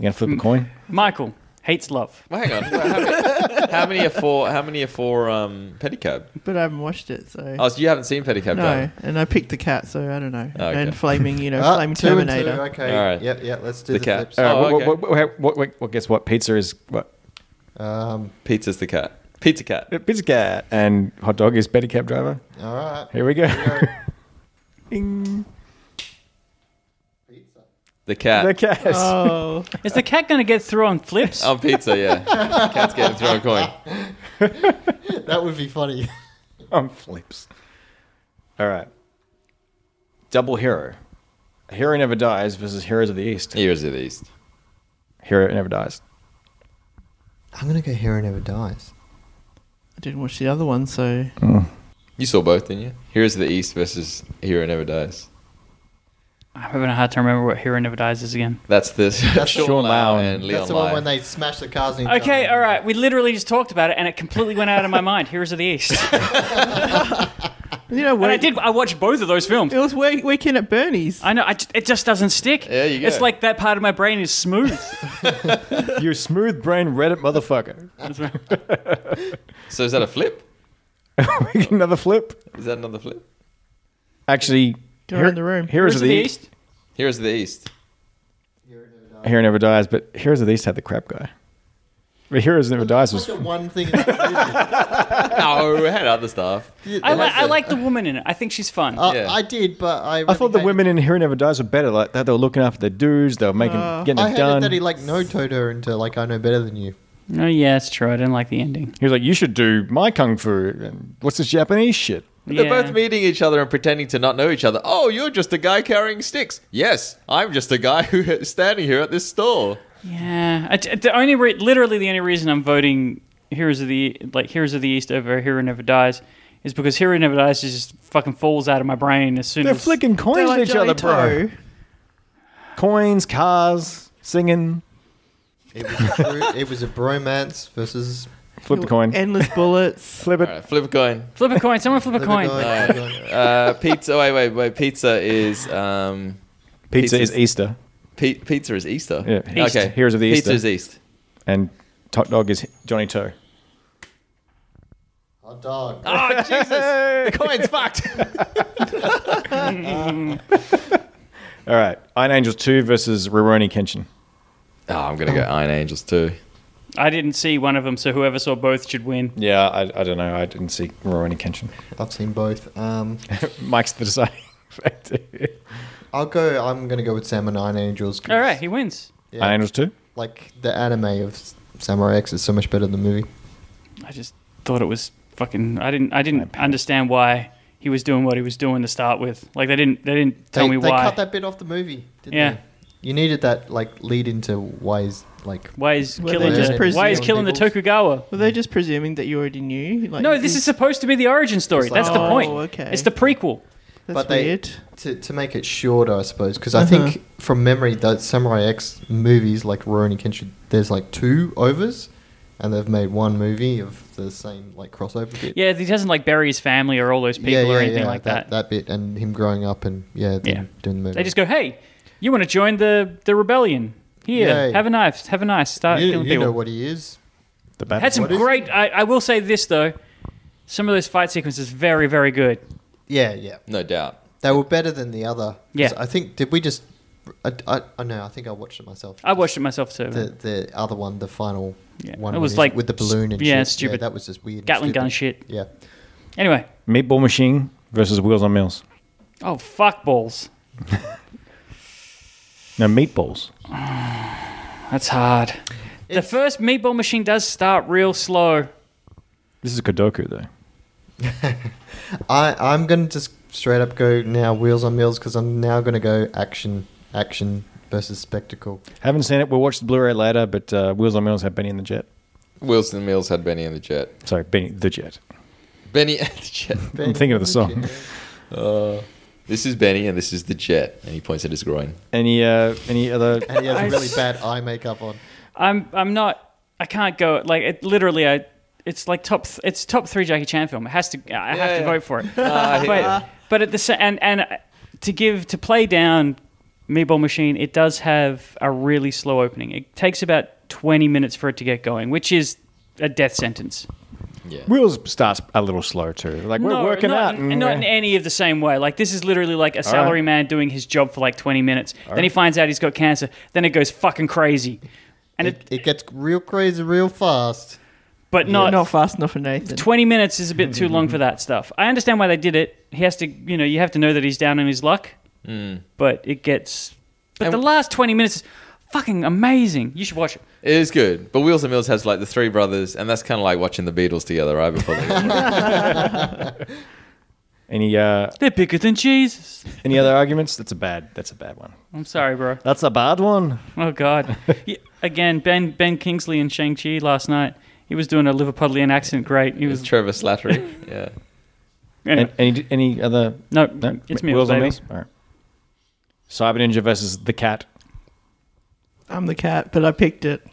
gonna flip a coin? Michael hates love. well, hang on. How many, how many are for? How many are for um, pedicab? But I haven't watched it, so. Oh, so you haven't seen pedicab? no, Driver. and I picked the cat, so I don't Oh, know. Okay. And flaming, you know, Ah, flaming two and two, Terminator. okay. All right. Yep. Yep. Let's do The the, cat. flips. All right. All right, Oh, what- what- what- what- what- what- guess what? Pizza is what? Um, Pizza's the cat. Pizza cat. Pizza cat and hot dog is pedicab driver. all right. Here we go. The cat. the cat. Oh, Is the cat going to get through on flips? On pizza, yeah. Cat's getting thrown a coin. That would be funny. on flips. All right. Double hero. Hero never dies versus heroes of the east. Heroes of the East. Hero never dies. I'm gonna go Hero Never Dies. I didn't watch the other one, so You saw both, didn't you? Heroes of the East versus Hero Never Dies. I'm having a hard time remembering what Hero Never Dies is again. That's this. That's Sean, Sean Lau Lau and Leon That's the one Lai. when they smash the cars. in each Okay, uh, other. all right. We literally just talked about it, and it completely went out of my mind. Heroes of the East, and you know, I work, did. I watched both of those films. it was work, weekend at Uh, Bernie's. I know. I, ju- it just doesn't stick. There you go. It's like that part of my brain is smooth. You smooth brain Reddit motherfucker. So is that a flip? Another flip. Is that another flip? Actually, Go around the room. Heroes of the, east. Heroes of the East. Hero never dies, but Heroes of the east had the crap guy. But Heroes never dies was That's the one thing. in that No, we had other stuff. movie. I, li- I like the woman in it. I think she's fun. Uh, Yeah. I did, but I. I thought the women in Hero Never Dies were better. Like that, they were looking after their dudes. They were making getting Uh, I it hated done. that he like no toed her into like I know better than you. oh yeah, it's true. I didn't like the ending. He was like, "You should do my kung fu." And what's this Japanese shit? They're Yeah. both meeting each other and pretending to not know each other. Oh, you're just a guy carrying sticks. Yes, I'm just a guy who is standing here at this store. Yeah, I, the only re- literally the only reason I'm voting Heroes of the E, like Heroes of the East over Hero Never Dies is because Hero Never Dies just fucking falls out of my brain as soon They're as flicking They're coins like at each other, bro. Coins, cars, singing. It was, a bro- it was a bromance versus Flip the coin. Endless bullets. Flip All it. right, flip a coin. Flip a coin, someone flip a coin. Uh, pizza. Wait, wait, wait. Pizza is um, Pizza Pizza's- is Easter, pi- pizza is Easter. Yeah. East. Okay. Heroes of the Pizza Easter. is East. and Tot Dog is Johnny Toe. hot dog. Oh Jesus! the coin's fucked. All right, Iron Angels two versus Rurouni Kenshin. Oh, I'm gonna go Iron Angels too. I didn't see one of them, so whoever saw both should win. Yeah, I, I don't know. I didn't see Rurouni Kenshin. I've seen both. Um, Mike's the deciding factor. I'll go. I'm gonna go with Samurai Nine Angels. 'cause, All right, he wins. Yeah. Iron Angels two. Like the anime of Samurai X is so much better than the movie. I just thought it was fucking. I didn't. I didn't understand why he was doing what he was doing to start with. Like they didn't. They didn't tell they, me they why. cut that bit off the movie. Didn't Yeah. They? You needed that like lead into why is like why is Were killing they just the, Why is presuming killing the people's- Tokugawa? Were they just presuming that you already knew? Like, No, you this think- is supposed to be the origin story. It's like- That's the Oh, point. okay. It's the prequel. That's but they- weird. to, to make it shorter, I suppose, because I think from memory that Samurai X movies like Rurouni Kenshin, there's like two overs, and they've made one movie of the same like crossover bit. Yeah, he doesn't like bury his family or all those people or anything like that. that. bit and him growing up and yeah, then Yeah. doing the movie. They just go, "Hey, you want to join the the rebellion? Here, Yay. have a knife, have a knife, start you, killing you people." know what he is. The battle. Had some is- great. I, I will say this though, some of those fight sequences very very good. Yeah, yeah. No doubt. They were better than the other. 'Cause Yeah. I think did we just? I I, I know. I think I watched it myself. I watched it myself too. the the other one, the final Mm. Yeah. one. It when was he's like with the balloon and yeah, shit. stupid that was just weird. and Gatling gun stupid. shit. Yeah. anyway, Meatball Machine versus Wheels on Mills. oh fuck balls. No meatballs. That's hard. the first meatball machine does start real slow. This is Kodoku though. I I'm gonna just straight up go now wheels on wheels because I'm now gonna go action action versus spectacle. Haven't seen it. We'll watch the Blu-ray later. But uh, Wheels on Mills had Benny in the Jet. Wilson Mills had Benny and the Jet. Sorry, Benny the Jet. Benny and the Jet. I'm thinking of the song. This is Benny and this is the Jet. And he points at his groin. Any uh, any other? And he has a really bad eye makeup on. I'm I'm not. I can't go like it. Literally, I. It's like top. Th- it's top three Jackie Chan film. It has to. I have to yeah. vote for it. Ah, but but at the sa- and and uh, to give to play down Meatball Machine, it does have a really slow opening. It takes about twenty minutes for it to get going, which is a death sentence. yeah. Wheels starts a little slow too. Like we're working not out. Mm. in, and not we're- in any of the same way. Like this is literally like a salary man doing his job for like twenty minutes. then he finds out he's got cancer. Then it goes fucking crazy, and It, it, it gets real crazy real fast. but Not, not fast enough for Nathan. 20 minutes is a bit too long for that stuff. I understand why they did it. He has to, you know, you have to know that he's down in his luck. Mm. But it gets. But the last 20 minutes is fucking amazing. You should watch it. It is good. But Wilson Mills has like the three brothers. And that's kind of like watching the Beatles together, right? Before they Any uh, They're bigger than Jesus. any other arguments? That's a bad. That's a bad one. I'm sorry, bro. That's a bad one. Oh, God. Yeah, Again, Ben Ben Kingsley and Shang-Chi last night. He was doing a Liverpudlian accent great. He was. Trevor Slattery. Yeah. Anyway, And, any any other? no, No. it's me. me. baby. All right. Cyber Ninja versus the Cat. I'm the cat, but I picked it.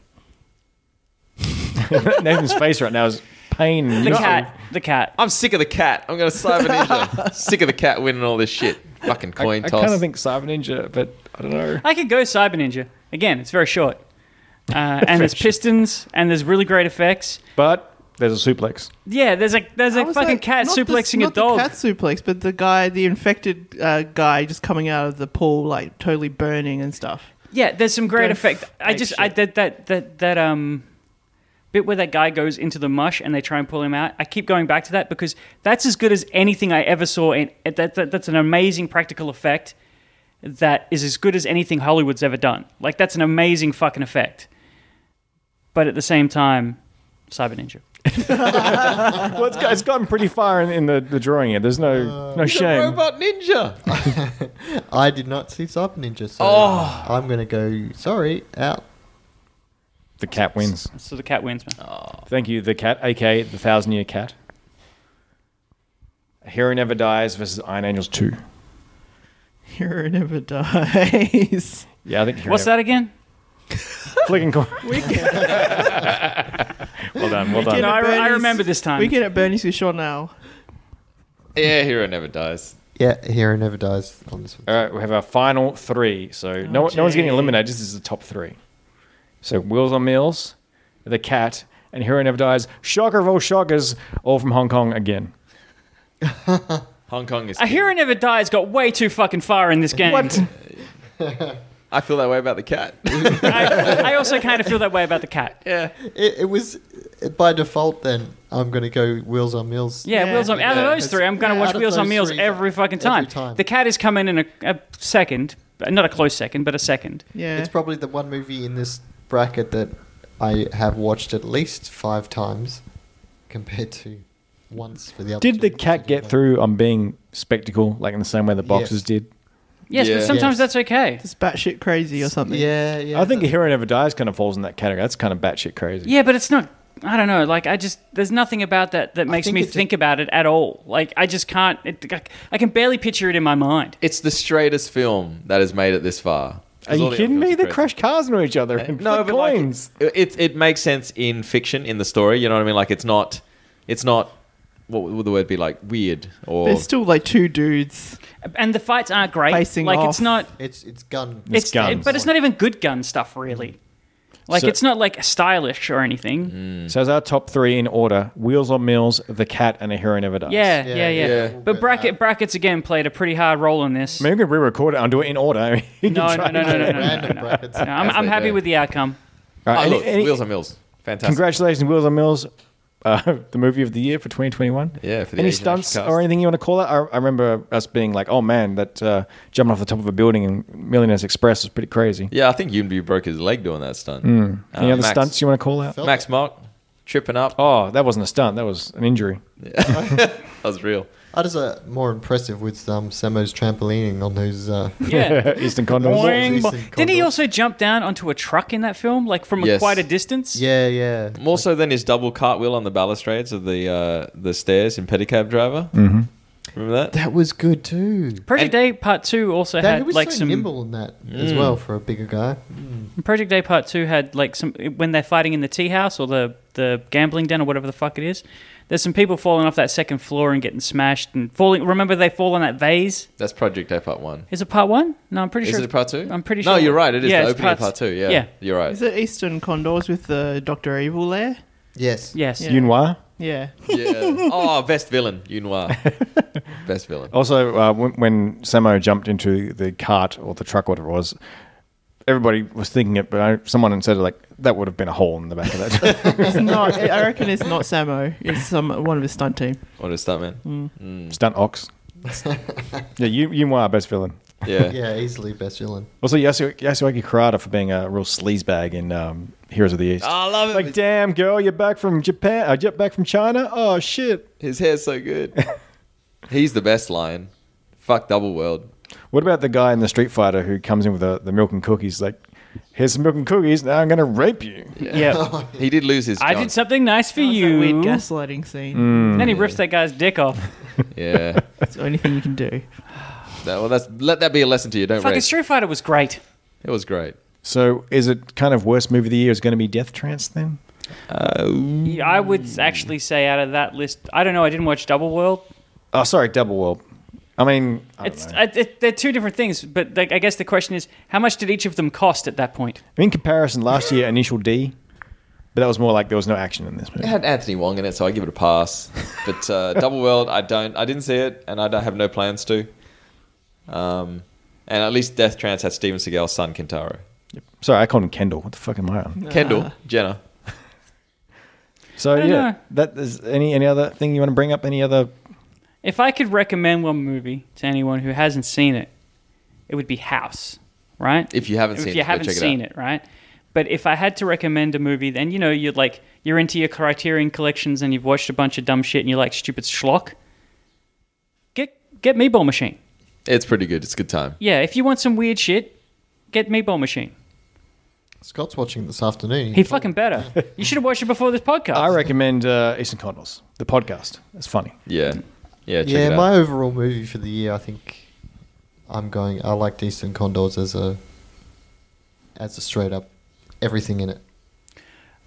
Nathan's face right now is pain. The cat. The cat. I'm sick of the cat. I'm going to cyber ninja. sick of the cat winning all this shit. Fucking coin I toss. kind of think Cyber Ninja, but I don't know. I could go Cyber Ninja. Again, it's very short. Uh, and there's pistons, and there's really great effects. But there's a suplex. Yeah, there's a there's I a was fucking like, cat not the- suplexing not a dog. The cat suplex, but the guy, the infected uh, guy, just coming out of the pool, like totally burning and stuff. Yeah, there's some great Don't effect. I fake just I shit. did that that that um bit where that guy goes into the mush and they try and pull him out. I keep going back to that because that's as good as anything I ever saw, and that, that that's an amazing practical effect that is as good as anything Hollywood's ever done. Like that's an amazing fucking effect. But at the same time, Cyber Ninja. well, it's, got- it's gotten pretty far in, in the, the drawing here. There's no no shame. Robot Ninja. I did not see Cyber Ninja, so Oh. I'm going to go, sorry, out. The cat wins. So the cat wins, man. Oh, Thank you, the cat, aka the thousand year cat. A Hero Never Dies versus Iron Angels 2. Hero never dies. Yeah, I think Hero What's that again? that? Flicking coin. well done, well Weekend done. No, I, at re- I Bernie's- remember this time. We get at Bernie's with Sean now. yeah, Hero Never Dies. Yeah, Hero Never Dies on this one. All right, we have our final three. So no, one- no one's getting eliminated. This is the top three. So Wheels on Meals, The Cat, and Hero Never Dies. Shocker of all shockers, all from Hong Kong again. Hong Kong is. A king. Hero Never Dies got way too fucking far in this game. What? I feel that way about the cat. I, I also kind of feel that way about the cat. Yeah, It, it was uh, by default then. I'm going to go Wheels on Mills. Wheels on. Out of Yeah. those three, I'm going to Yeah, watch out of Wheels on those Meals three, every fucking time. every time. The cat is coming in a, a second, not a close second, but a second. Yeah. It's probably the one movie in this bracket that I have watched at least five times compared to once for the other Did two, the which I cat didn't get like. through on being spectacle, like in the same way the boxes Yes. did? Yes, Yeah. but sometimes Yes. that's okay. it's batshit crazy or something. Yeah, yeah. I think that- Hero Never Dies kind of falls in that category. That's kind of batshit crazy. Yeah, but it's not. I don't know. Like I just, there's nothing about that that makes think me it just- think about it at all. Like I just can't. It, I, I can barely picture it in my mind. it's the straightest film that has made it this far. Are you kidding me? They crash cars into each other and No, flip but like, coins. it, it it makes sense in fiction in the story. You know what I mean? Like it's not, it's not. What would the word be like? Weird or There's still like two dudes. And the fights aren't great. Facing like off. it's not. it's it's gun. It's It's guns. but it's not even good gun stuff really. Like So- it's not like stylish or anything. mm. so as our top three in order: Wheels on Meals, The Cat, and A Hero Never Dies. Yeah, yeah, yeah. Yeah, yeah. We'll But go bracket that. brackets again played a pretty hard role in this. Maybe we could re-record it and do it in order. You can No, no, try no, no, no, no, again. no, no, Random no. brackets. No, I'm, As I'm they happy do. with the outcome. All right, Oh, any- look, any- Wheels on Mills. Fantastic. Congratulations, Wheels on Mills, uh, the movie of the year for 2021. Yeah, for the Any Asian stunts Asian cast. or anything you want to call it? I, I remember us being like, "Oh man, that uh, jumping off the top of a building in Millionaires Express was pretty crazy." Yeah, I think Yunbi broke his leg doing that stunt. Hmm. Any Uh, other Max- stunts you want to call out? Max Mark tripping up. Oh, Oh, that wasn't a stunt. That was an injury. that was real. I just uh, more impressive with um, Samo's trampolining on those. Uh, Yeah. Eastern Condoms. Boing. Boing, Jason boing. Didn't he Condor. also jump down onto a truck in that film, like from a Yes. quite a distance? yeah, yeah. More so than his double cartwheel on the balustrades of the uh, the stairs in Pedicab Driver. Mm-hmm. Remember that? That was good too. Project And- Day Part Two also That, he had was like so some Mm. nimble in that as well for a bigger guy. Project Day Part Two had like some when they're fighting in the tea house or the the gambling den or whatever the fuck it is. There's some people falling off that second floor and getting smashed and falling. Remember they fall on that vase. That's Project A Part One. Is it Part One? No, I'm pretty Is sure. it a it's- part two? I'm pretty No, sure- you're right. It is Yeah, the it's opening part, of part- part two. Yeah, yeah. you're right. Is it Eastern Condors with the Doctor Evil there? Yes. Yes. Yeah. Yunhua. Yeah. Yeah. Oh, best villain, Yun Noir. best villain. Oh. Also, uh, when, when Samo jumped into the cart or the truck, whatever it was, everybody was thinking it, but I, someone said like that would have been a hole in the back of that. truck. It's not. I reckon it's not Samo. It's some one of his stunt team. What a stuntman. Mm. Stunt ox. yeah, you you are best villain. Yeah. Yeah, easily best villain. Also, Yasu- Yasuaki Karada for being a real sleazebag in um, Heroes of the East. Oh, I love it. like, damn girl, you're back from Japan. Uh, you back from China. Oh shit. His hair's so good. He's the best lion. Fuck double world. What about the guy in the Street Fighter who comes in with the, the milk and cookies? Like, here's some milk and cookies. Now I'm gonna rape you. Yeah. Oh, He did lose his. I junk. did something nice for That was that you. weird gaslighting scene. And Mm. then he rips that guy's dick off. Yeah. It's the only thing you can do. That- well, that's let that be a lesson to you. Don't Fucking race. Street Fighter was great. It was great. So, is it kind of worst movie of the year is going to be Death Trance then? Yeah, I Mm. would actually say out of that list, I don't know. I didn't watch Double World. Oh, sorry, Double World. I mean, I don't It's know. I, it, they're two different things, but like I guess the question is, how much did each of them cost at that point? in comparison, last year Initial D, but that was more like there was no action in this It movie. Uh-huh. had Anthony Wong in it, so I give it a pass. But uh, Double World, I don't. I didn't see it, and I don't have no plans to. Um, and at least Death Trance had Steven Seagal's son Kentaro, Sorry, I called him Kendall. What the fuck am I on? Ah. Kendall Jenner. So I yeah, don't know. that is any any other thing you want to bring up? Any other? If I could recommend one movie to anyone who hasn't seen it, it would be House, right? If you haven't if seen you it, go haven't check it seen out. it, right? But if I had to recommend a movie, then you know you're like you're into your Criterion collections and you've watched a bunch of dumb shit and you like stupid schlock. Get get Meatball Machine. It's pretty good. It's a good time. Yeah, if you want some weird shit, get Meatball Machine. Scott's watching it this afternoon. He fucking better. You should have watched it before this podcast. I recommend uh, Eastern Condors, the podcast. It's funny. Yeah. Yeah, check yeah, it out. my overall movie for the year, I think I'm going. I liked Eastern Condors as a as a straight up everything in it.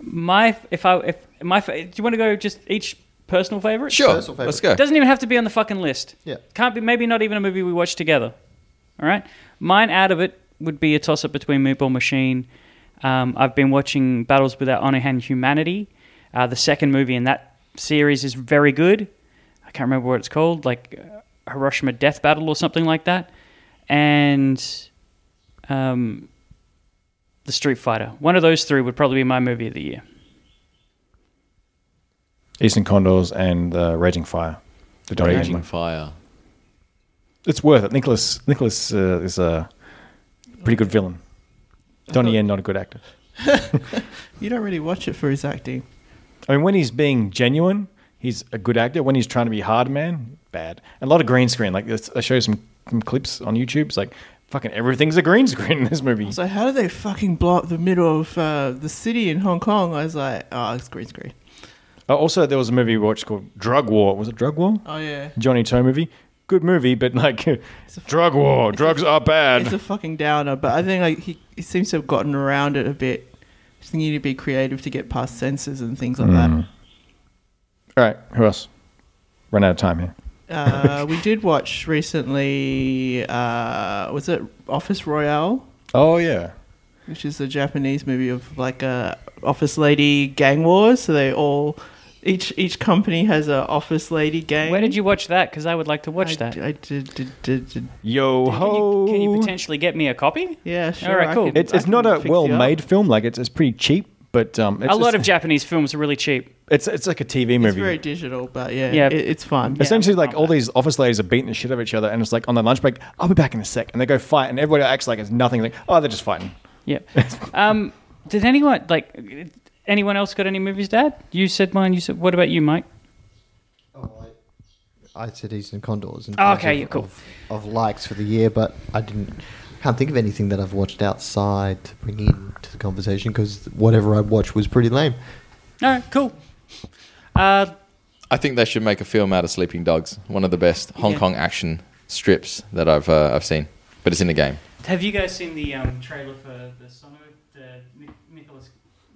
My if I if my fa- do you want to go just each personal favorite? Sure. Personal favourite. Let's go. It doesn't even have to be on the fucking list. Yeah. Can't be. Maybe not even a movie we watched together. All right. Mine out of it would be a toss up between Meatball Machine. Um, I've been watching Battles Without Honor and Humanity. Uh, the second movie in that series is very good. I can't remember what it's called, like uh, Hiroshima Death Battle or something like that. And um, the Street Fighter. One of those three would probably be my movie of the year. Eastern Condors and the Raging Fire. The Donnie Yen Raging one. Fire. It's worth it. Nicholas Nicholas uh, is a pretty good villain. Donnie Yen, not a good actor. You don't really watch it for his acting. I mean, when he's being genuine, he's a good actor. When he's trying to be hard man, bad. And a lot of green screen. Like it's- I show you some, some clips on YouTube. It's like fucking everything's a green screen in this movie. So how do they fucking block the middle of uh, the city in Hong Kong? I was like, oh, it's green screen. Uh, also, there was a movie we watched called Drug War. Was it Drug War? Oh yeah, Johnny Toe movie. Good movie, but like drug war. Drugs are it's bad. a fucking downer. But I think like he, he seems to have gotten around it a bit. Just need to be creative to get past censors and things like Mm. All right, who else? Run out of time here. that. Uh, we did watch recently. Uh, was it Office Royale? Oh yeah. which is a Japanese movie of like a office lady gang wars. So they all, each each company has a office lady gang. Where did you watch that? Because I would like to watch I, that. I did, did, did, did- Yo Can ho. you, can you potentially get me a copy? Oh. Yeah, sure. right, I cool. can- It's, I it's not can a fix you up. well-made film. Like it's, it's pretty cheap, but um, it's a lot just- of Japanese films are really cheap. it's it's like a TV movie. It's very digital, but yeah, Yeah. It, it's fun. Essentially, like all these office ladies are beating the shit out of each other, and it's like on their lunch break, I'll be back in a sec, and they go fight, and everybody acts like it's nothing. Like, oh, they're just fighting. Yeah. um, did anyone like anyone else got any movies, Dad? You said mine. You said what about you, Mike? I said Eastern Condors. In Oh, terms okay, of, yeah, cool. Of, of likes for the year, but I didn't. Can't think of anything that I've watched outside to bring into the conversation because whatever I watched was pretty lame. All right, cool. Uh, I think they should make a film out of Sleeping Dogs. One of the best Hong Kong action strips that I've uh, I've seen. But it's in a game. have you guys seen the um, trailer for the Sono, the Nick, Nicholas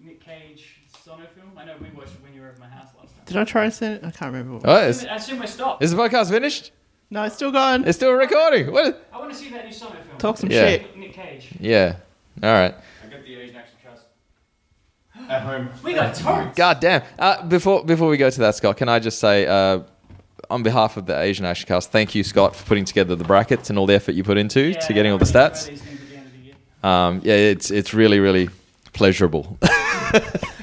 Nick Cage Sono film? I know we watched it when you were at my house last time. did I try to send it? I can't remember. What. Oh, is, I assume I stopped. is the podcast finished? No, it's still gone. It's still recording. What? I want to see that new Sono film. Talk some Yeah. shit. Nick Cage. Yeah. All right. I got the Asian action cast at home. We got torrents. God damn. Uh, before before we go to that, Scott, can I just say, uh, on behalf of the Asian Action Cast, thank you, Scott, for putting together the brackets and all the effort you put into to getting all the stats. Um, yeah, it's it's really really pleasurable.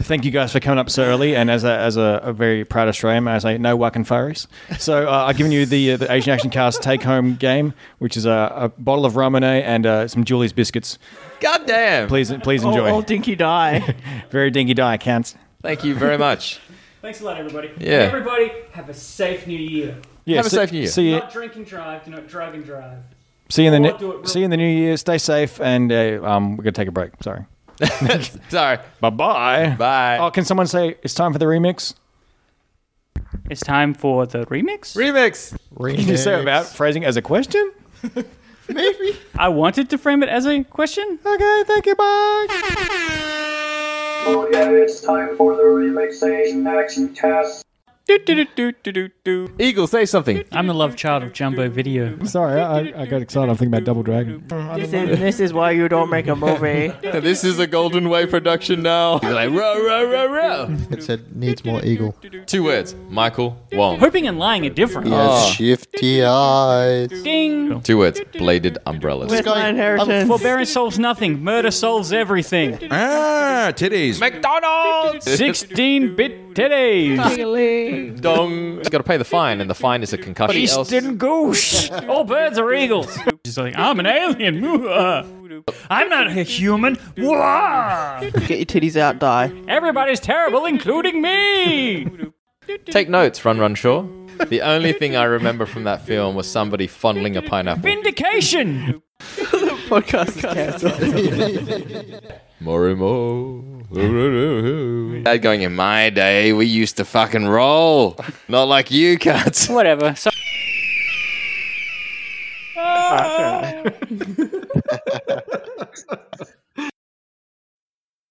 Thank you guys for coming up so early, and as a, as a, a very proud Australian, may I say no wacken furries. So uh, I've given you the uh, the Asian Action Cast take home game, which is a, a bottle of ramené and uh, some Julie's biscuits. God damn. Please please Oh, All, enjoy. all dinky die. Very dinky die, cunts. Thank you very much. Thanks a lot, everybody. Yeah. Everybody, have a safe new year. Yeah, Have a see- safe New Year. See you, Not drink and drive. Do not drug and drive. see you in the Or ne- do it real- see you in the new year. Stay safe, and uh, um, we're gonna take a break. Sorry. Sorry. Bye bye. Bye. Oh, can someone say it's time for the remix? It's time for the remix. Remix. Can you say about phrasing as a question? Maybe. I wanted to frame it as a question. Okay, thank you. Bye. Oh yeah, it's time for the relaxation action cast. Eagle, say something. I'm the love child of Jumbo Video. Sorry, I, I got excited. I'm thinking about Double Dragon. this, is, this is why you don't make a movie. this is a Golden Way production now. You're like, row, row, row, row. It said needs more eagle. Two words. Michael Wong. Hoping and lying are different. He Oh. has shifty eyes. Ding. Two words. Bladed umbrellas. With my inheritance. Forbearance solves nothing. Murder solves everything. Ah, titties. McDonald's. 16-bit dong, titties. dong. He's got to pay the fine, and the fine is a concussion. Else- goose. All birds are eagles. She's like, I'm an alien. I'm not a human. Get your titties out, die. Everybody's terrible, including me. Take notes, Run Run Shaw. The only thing I remember from that film was somebody fondling a pineapple. Vindication. Podcast is cancelled. Morimo. Dad going, in my day, we used to fucking roll. Not like you cats. Whatever. So-